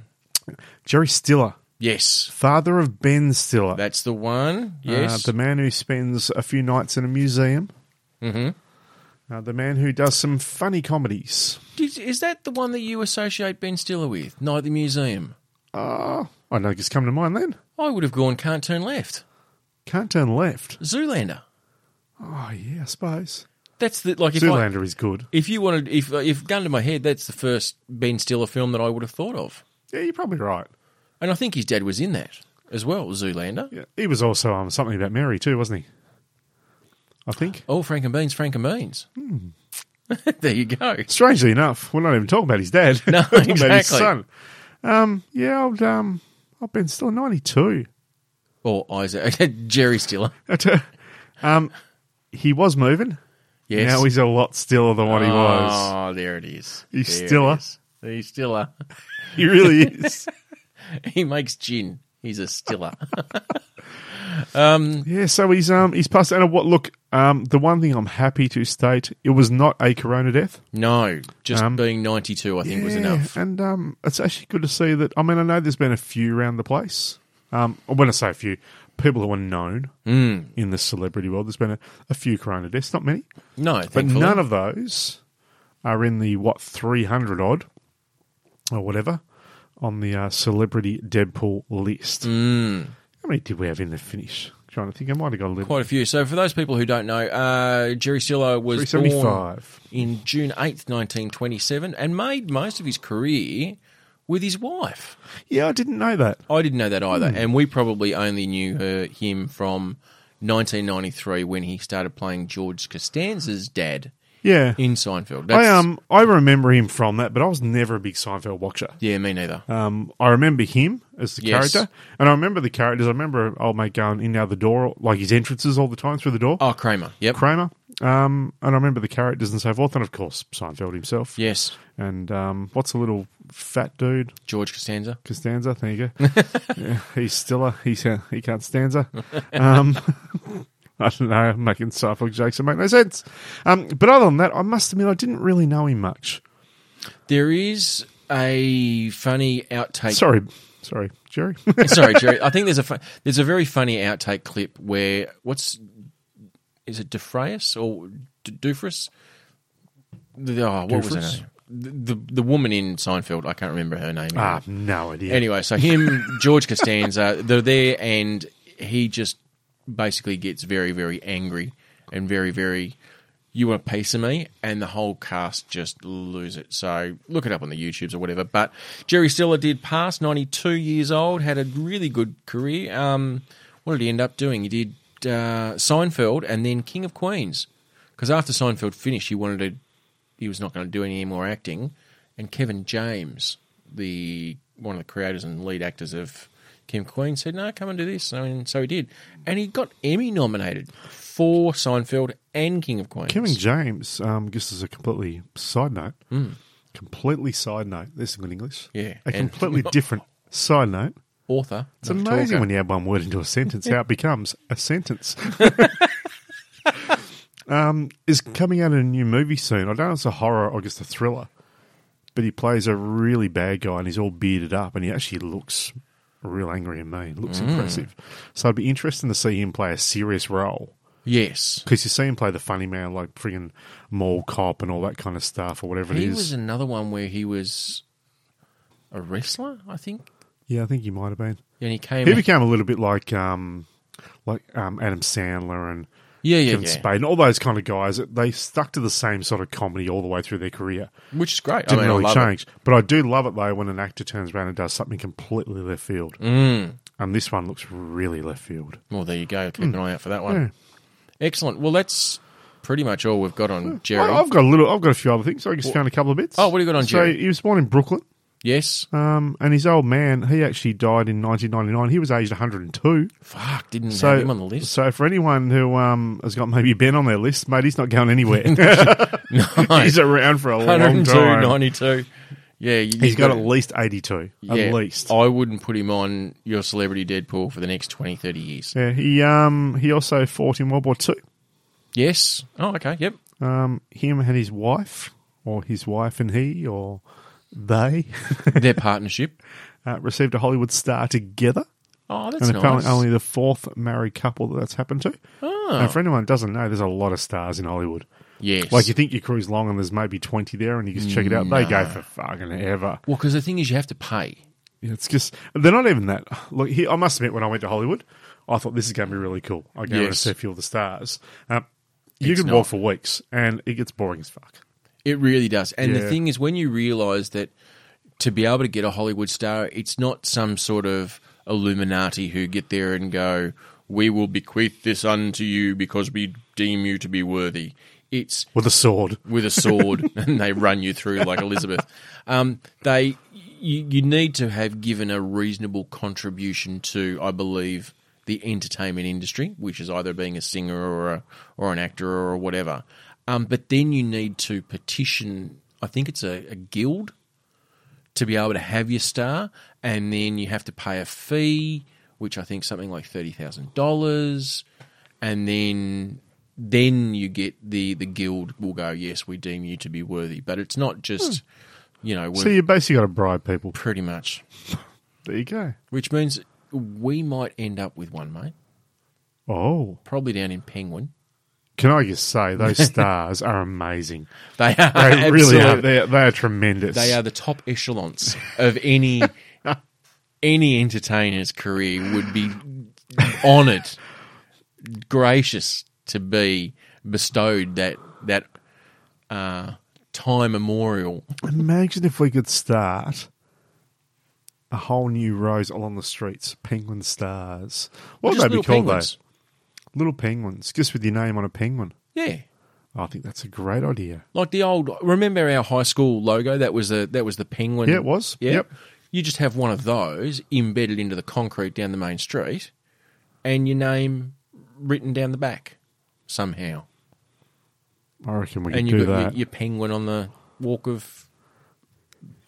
Jerry Stiller, Yes, father of Ben Stiller. that's the one. Uh, Yes, the man who spends a few nights in a museum. Mm-hmm. Uh, the man who does some funny comedies. Did- is that the one that you associate Ben Stiller with? Night at the Museum. Ah, I know, just come to mind then. I would have gone. Can't turn left. Can't turn left. Zoolander. Oh, yeah, I suppose. That's the like if I, Zoolander is good. if you wanted if if gun to my head, that's the first Ben Stiller film that I would have thought of, Yeah, you're probably right. and I think his dad was in that as well. Zoolander. Yeah. He was also um, something about Mary too, wasn't he? I think. Oh, Frank and Beans, Frank and Beans. Hmm. there you go. Strangely enough, we're not even talking about his dad. No, We're talking about his exactly. son. Um, yeah, old um, old Ben Stiller, ninety two. Or Isaac Jerry Stiller. um, he was moving. Yes. Now he's a lot stiller than what he was. Oh, there it is. He's There it Stiller. is. He's Stiller. He really is. He makes gin. He's a Stiller. yeah, so he's um he's passed. And what? Look, um, the one thing I'm happy to state, it was not a corona death. no, just Um, being 92, I think, was Yeah, enough. And um, it's actually good to see that. I mean, I know there's been a few around the place. Um, when I say a few, people who are known Hmm. in the celebrity world, there's been a, a few corona deaths, not many, No, but thankfully. none of those are in the what 300 odd or whatever on the uh, celebrity Deadpool list. How many did we have in the finish? trying to think, I might have got a little Hmm. Quite a few. So, for those people who don't know, uh, Jerry Stiller was born 375. in June 8th, 1927, and made most of his career with his wife. Yeah, I didn't know that. I didn't know that Hmm. either, and we probably only knew her him from 1993 when he started playing George Costanza's dad Yeah, in Seinfeld. I That's, um I remember him from that, but I was never a big Seinfeld watcher. yeah, me neither. Um, I remember him as the Yes. character, and I remember the characters. I remember old mate going in and out the door, like his entrances all the time through the door. Oh, Kramer. Yep. Kramer, um, and I remember the characters and so forth, and of course Seinfeld himself. yes, And um, what's the little fat dude? George Costanza. Costanza, there you go. yeah, he's Stiller. He's he can't stanza. Um, I don't know. I'm making Seinfeld jokes that make no sense. Um, but other than that, I must admit I didn't really know him much. There is a funny outtake. Sorry, sorry, Jerry. Sorry, Jerry. I think there's a fu- there's a very funny outtake clip where what's is it Defrayus or D- Dufresne? The- Oh, what was Dufresne? her name? The, the the woman in Seinfeld. I can't remember her name. ah, no idea. Anyway, so him, George Costanza, they're there, and he just basically gets very, very angry and very, very. You want a piece of me, and the whole cast just lose it. So look it up on the YouTubes or whatever. But Jerry Stiller did pass, ninety-two years old, had a really good career. Um, what did he end up doing? He did uh, Seinfeld and then King of Queens. Because after Seinfeld finished, he wanted to, he was not going to do any more acting. And Kevin James, the one of the creators and lead actors of King of Queens, said, "No, come and do this." And so he did, and he got Emmy nominated for Seinfeld and King of Queens. Kevin James, um, just as a completely side note, completely side note. There's some good English. Hmm. Yeah, A and- completely different side note. author. It's not a amazing talker. when you add one word into a sentence, how it becomes a sentence. um, is coming out in a new movie soon. I don't know if it's a horror or just a thriller, but he plays a really bad guy and he's all bearded up and he actually looks real angry and mean. Looks Mm. impressive. So it'd be interesting to see him play a serious role. Yes, Because you see him play the funny man, like friggin' mall cop and all that kind of stuff, or whatever he it is. was another one where he was a wrestler, I think, yeah, I think he might have been. and he came. He became a little bit like, um, like um, Adam Sandler and yeah, yeah, Kevin yeah. Spade and all those kind of guys. that They stuck to the same sort of comedy all the way through their career. which is great. Didn't I mean, I really Oh, love it. change. But I do love it though when an actor turns around and does something completely left field. Mm. And this one looks really left field. Well, there you go. Hmm. Keep an eye out for that one. Excellent. Well, that's pretty much all we've got on Jerry. I, Hmm. I've got a little. I've got a few other things. I just found a couple of bits. Oh, what do you got on So Jerry? he was born in Brooklyn. yes. Um, and his old man, he actually died in 1999. He was aged 102. Fuck, didn't So, have him on the list. so for anyone who um, has got maybe Ben on their list, mate, he's not going anywhere. he's around for a long 102, time. 92. Yeah, you, he's you got at gotta- least 82. yeah, Oh, At least. I wouldn't put him on your celebrity Deadpool for the next 20, 30 years. Yeah, he um he also fought in World War Two. Yes. Oh, okay. Yep. Um, him and his wife, or his wife and he, or they, Their partnership. uh, received a Hollywood star together. Oh, that's And apparently nice. only the fourth married couple that that's happened to. oh, And for anyone who doesn't know, there's a lot of stars in Hollywood. yes. Like you think you cruise long and there's maybe twenty there, and you just check it out. They go for fucking ever. well, because the thing is, you have to pay. It's just they're not even that. Look, here, I must admit, when I went to Hollywood, I thought this is going to be really cool. I go and Yes. see a few of the stars. Uh, you It's can not. walk for weeks, and it gets boring as fuck. It really does. And the Yeah. thing is, when you realise that to be able to get a Hollywood star, it's not some sort of Illuminati who get there and go, "We will bequeath this unto you because we deem you to be worthy." It's With a sword, with a sword and they run you through like Elizabeth. Um, they you, you need to have given a reasonable contribution to, I believe, the entertainment industry, which is either being a singer or a, or an actor or whatever. Um, but then you need to petition. I think it's a, a guild to be able to have your star, and then you have to pay a fee, which I think something like thirty thousand dollars, and then then you get the the guild will go, yes, we deem you to be worthy, but it's not just Hmm. you know we're so you basically got to bribe people. pretty much, There you go. which means we might end up with one mate, Oh, probably down in Penguin. can I just say those stars are amazing? They are They really are. absolute- They, they are tremendous. They are the top echelons of any any entertainer's career would be honoured, gracious to be bestowed that that uh, time memorial. Imagine if we could start a whole new rose along the streets. Penguin stars. What would Just they be little called penguins. though? Little penguins, just with your name on a penguin. Yeah, I think that's a great idea. like the old. Remember our high school logo? That was the that was the penguin. Yeah, it was. Yeah. Yep. You just have one of those embedded into the concrete down the main street, and your name written down the back somehow. I reckon we can and you do got your, that. your penguin on the walk of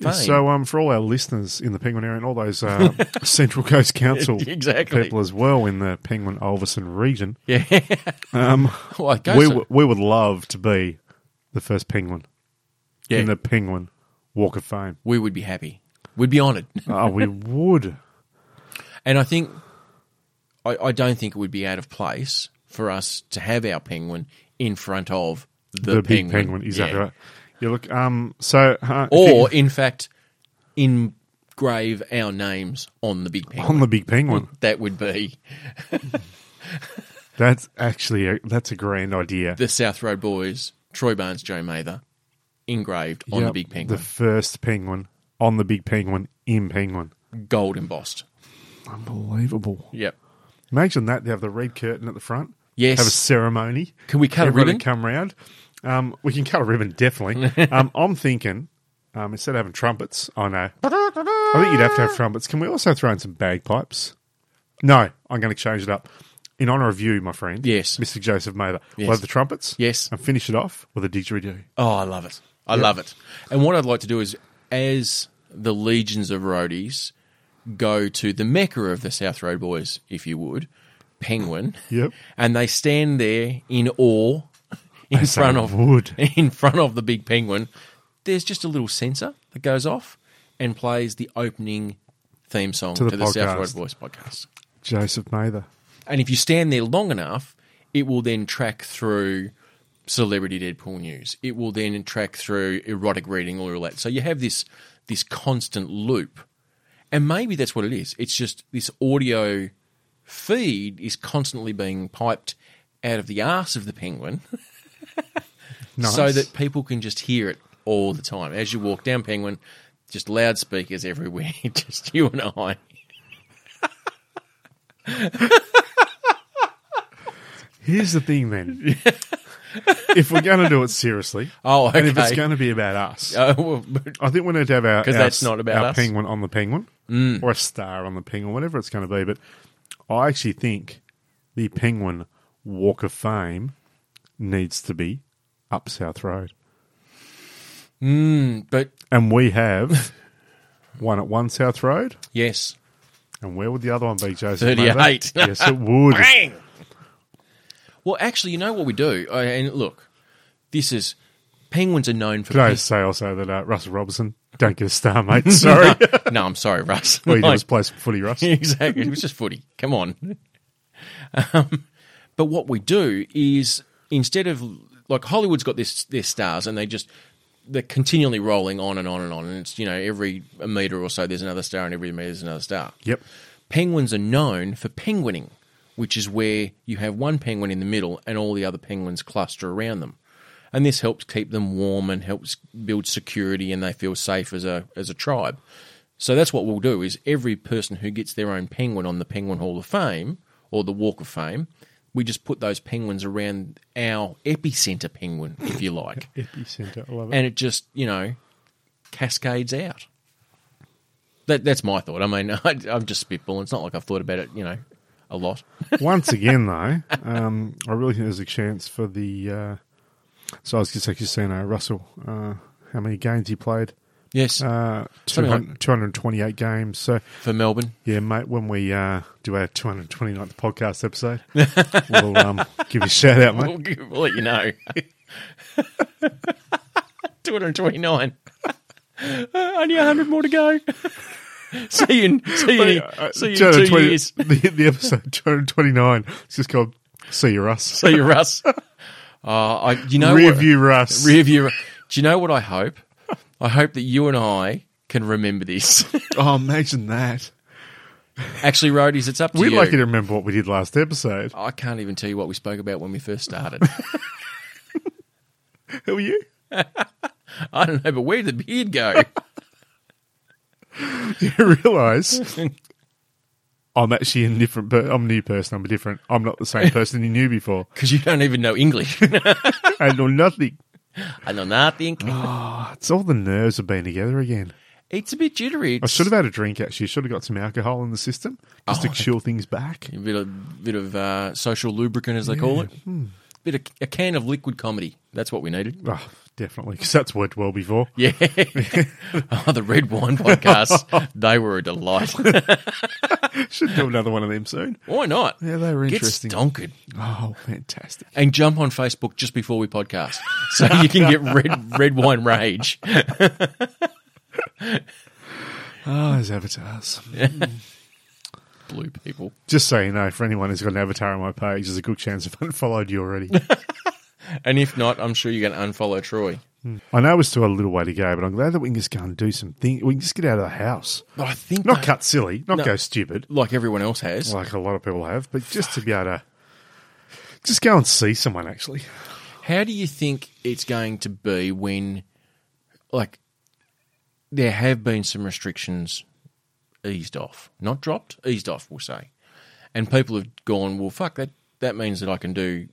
fame. so, um, for all our listeners in the Penguin area and all those uh, Central Coast Council Exactly. people as well in the Penguin Ulverson region, yeah, um, well, it goes we, to- w- we would love to be the first Penguin yeah, in the Penguin Walk of Fame. we would be happy. We'd be honoured, Oh, we would. and I think I, I don't think it would be out of place for us to have our penguin in front of the, The, big penguin, exactly Yeah. right. You look. Um. So, uh, if you- Or in fact, engrave our names on the big penguin. on the big penguin, that would be that's actually a, that's a grand idea. the South Road Boys, Troy Barnes, Joe Mather, engraved on the Yep, big penguin, the first penguin on the big penguin in penguin. gold embossed. Unbelievable. Yep. Imagine that they have the red curtain at the front. Yes. Have a ceremony. Can we cut a Everybody ribbon? Come round. Um, we can cut a ribbon, definitely. um, I'm thinking um, instead of having trumpets, I know. I think you'd have to have trumpets. Can we also throw in some bagpipes? No, I'm going to change it up. In honour of you, my friend. Yes. Mr. Joseph Mather. Yes. We'll have the trumpets. Yes. And finish it off with a didgeridoo. Oh, I love it. I love it. And what I'd like to do is, as the legions of roadies go to the mecca of the South Road Boys, if you would, Penguin. Yep. And they stand there in awe in say front of wood. in front of the big penguin. There's just a little sensor that goes off and plays the opening theme song to the the, South Road podcast. Boys podcast. Joseph Mather. And if you stand there long enough, it will then track through celebrity Deadpool news. It will then track through erotic reading, all that. So you have this this constant loop. And maybe that's what it is. It's just this audio feed is constantly being piped out of the arse of the penguin Nice. so that people can just hear it all the time. As you walk down Penguin, just loudspeakers everywhere, just you and I. Here's the thing then. if we're going to do it seriously, Oh, okay. and if it's going to be about us, Oh, well, but- I think we need to have our, 'Cause our- that's not about our us. Mm. penguin on the penguin or a star on the penguin, whatever it's going to be. But I actually think the penguin walk of fame needs to be up South Road. but And we have one at one South Road. yes, And where would the other one be, Joseph? 38. Mather? yes, it would. Well, actually, you know what we do? Uh, and look, this is penguins are known for. Could I say also that uh, Russell Robertson, don't get a star, mate. Sorry. no, I'm sorry, Russ. Well, you Like, just play some footy, Russ. exactly. It was just footy. Come on. Um, but what we do is instead of like Hollywood's got this their stars and they just they're continually rolling on and on and on and it's you know every meter or so there's another star and every meter there's another star. Yep. Penguins are known for penguining, which is where you have one penguin in the middle and all the other penguins cluster around them. And this helps keep them warm and helps build security and they feel safe as a as a tribe. So that's what we'll do is every person who gets their own penguin on the Penguin Hall of Fame or the Walk of Fame, we just put those penguins around our epicenter penguin, if you like. Epicenter. I love it. and it just, you know, cascades out. That, that's my thought. I mean, I, I'm just spitballing. It's not like I've thought about it, you know, a lot. Once again, though, um, I really think there's a chance for the. Uh, so I was just actually saying, uh, Russell, uh, how many games he played? Yes, Uh, Something 200, like- 228 games. So, for Melbourne. yeah, mate, when we uh, do our 229th podcast episode, we'll um, give you a shout out, We'll, mate. give- we'll let you know. 229. Only 100 more to go. see you in, see you, in- Uh, see you in two 220 years. The, the episode 229. It's just called See You, Russ. See you, Russ. Uh, I, you know Rear uh, what? View Russ. Rear view. Do you know what I hope? I hope that you and I can remember this. oh, imagine that. Actually, roadies, it's up to We'd you. like you to remember what we did last episode. I can't even tell you what we spoke about when we first started. Who are you? I don't know, but where did the beard go? you realize I'm actually a different. Per- I'm a new person. I'm a different. I'm not the same person you knew before. Because you don't even know English. I know nothing. I know nothing. It's all the nerves of being together again. It's a bit jittery. I It's should have had a drink. Actually, should have got some alcohol in the system just to chill things back. a bit of, bit of uh, social lubricant, as they call it. Hmm. Bit of a can of liquid comedy. That's what we needed. Oh, definitely, because that's worked well before. Yeah. oh, the red wine podcast. they were a delight. Should do another one of them soon. Why not? Yeah, they were interesting. Get stonkered. Oh, fantastic! and jump on Facebook just before we podcast, so you can get red red wine rage. Oh, there's avatars. Blue people. Just so you know, for anyone who's got an avatar on my page, there's a good chance I've unfollowed you already. And if not, I'm sure you're going to unfollow Troy. I know we still got a little way to go, but I'm glad that we can just go and do some things. We can just get out of the house. But I think Not cut silly, not No. go stupid, like everyone else has. like a lot of people have, but just to be able to just go and see someone actually. How do you think it's going to be when, like, there have been some restrictions eased off, not dropped, eased off, we'll say, And people have gone, well, fuck, that, that means that I can do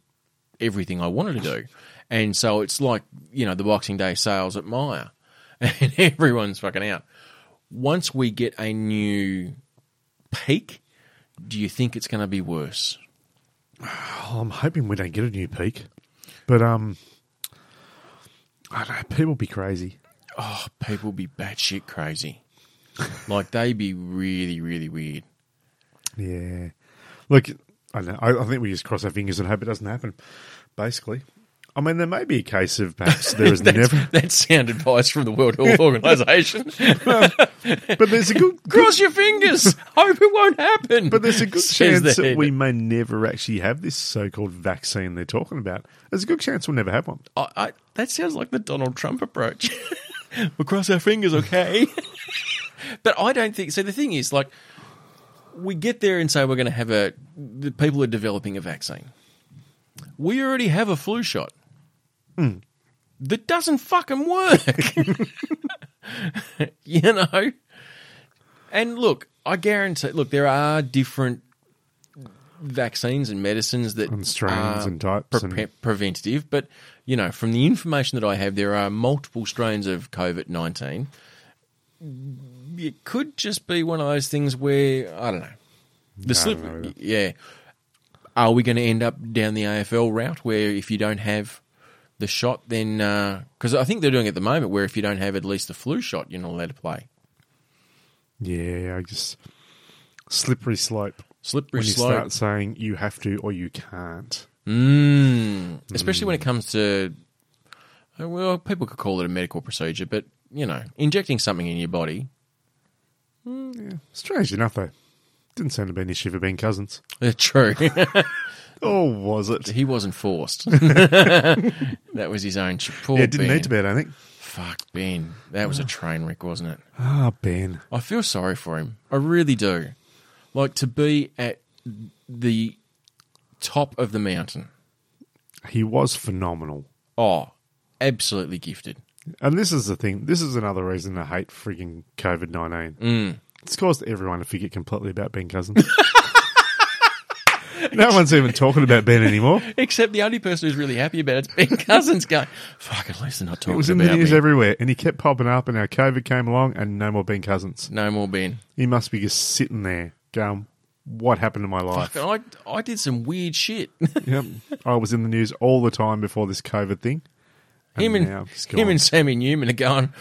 everything I wanted to do. And so it's like, you know, the Boxing Day sales at Myer, and everyone's fucking out. Once we get a new peak, do you think it's going to be worse? Oh, I'm hoping we don't get a new peak, but um, I don't know. People be crazy. Oh, people be batshit crazy. like they be really, really weird. Yeah. Look, I know. I, I think we just cross our fingers and hope it doesn't happen. Basically, I mean, there may be a case of perhaps there is That's, never, that's sound advice from the World Health Organization. but there's a good, Cross your fingers. Hope it won't happen. but there's a good says chance the that head. we may never actually have this so-called vaccine they're talking about. There's a good chance we'll never have one. I, I, that sounds like the Donald Trump approach. we'll cross our fingers, okay? but I don't think so. The thing is, like, we get there and say we're going to have a. The people are developing a vaccine. We already have a flu shot that doesn't fucking work. you know? And look, I guarantee. Look, there are different vaccines and medicines that And strains are and types and- pre- preventative, but you know, from the information that I have, there are multiple strains of COVID nineteen. It could just be one of those things where I don't know. The slip, don't know yeah. Are we going to end up down the AFL route where if you don't have the shot, then because I think they're doing it at the moment where if you don't have at least the flu shot, you're not allowed to play. Yeah, I just slippery slope. Slippery When you slope. start saying you have to or you can't. Mm. Especially when it comes to, uh, well, people could call it a medical procedure, but, you know, injecting something in your body, Strange enough, though, didn't seem to be an issue for being cousins. uh, true. Or was it? he wasn't forced. that was his own. ch- Poor Yeah, it didn't ben. need to be. I don't think. Fuck, Ben. That was a train wreck, wasn't it? Ah, Ben. I feel sorry for him. I really do. Like, to be at the top of the mountain. He was phenomenal. Oh, absolutely gifted. And this is the thing. This is another reason I hate frigging COVID 19. Mm. It's caused everyone to forget completely about Ben Cousins. no one's even talking about Ben anymore. Except the only person who's really happy about it's Ben Cousins going, fuck, at least they're not talking It was in about the news me. everywhere, and he kept popping up, and now COVID came along, and no more Ben Cousins. no more Ben. He must be just sitting there going, What happened to my life? I, I did some weird shit. yep. I was in the news all the time before this COVID thing. him now and it's him gone. and Sammy Newman are going,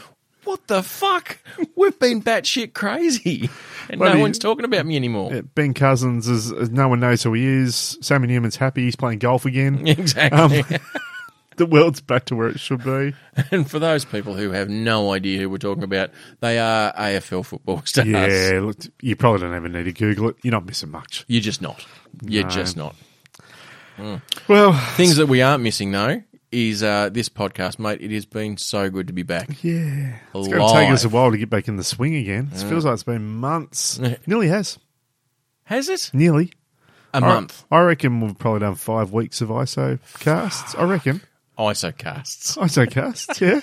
what the fuck? We've been batshit crazy. And Well, no he- one's talking about me anymore. Uh, Ben Cousins is, is- no one knows who he is. Sammy Newman's happy. He's playing golf again. Exactly. Um, the world's back to where it should be. and for those people who have no idea who we're talking about, they are AFL football stars. Yeah, look, you probably don't even need to Google it. You're not missing much. You're just not. You're just not. Well, Things that we aren't missing, though, is uh, this podcast, mate. It has been so good to be back. yeah, it's going to take us a Alive. while to get back in the swing again. It feels like it's been months. Nearly has. Has it? Nearly. A month. I, I reckon we've probably done five weeks of ISO casts. I reckon. ISO casts. ISO casts, yeah.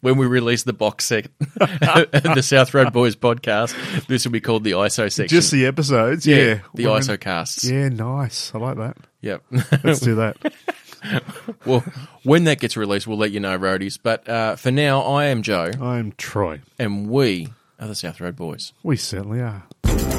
When we release the box set of the South Road Boys podcast, this will be called the ISO section. Just the episodes, yeah. the We're in- ISO casts. Yeah, nice. I like that. Yep. Let's do that. well, when that gets released, we'll let you know, roadies. But uh, for now, I am Joe, I'm Troy. and we are the South Road Boys. We certainly are.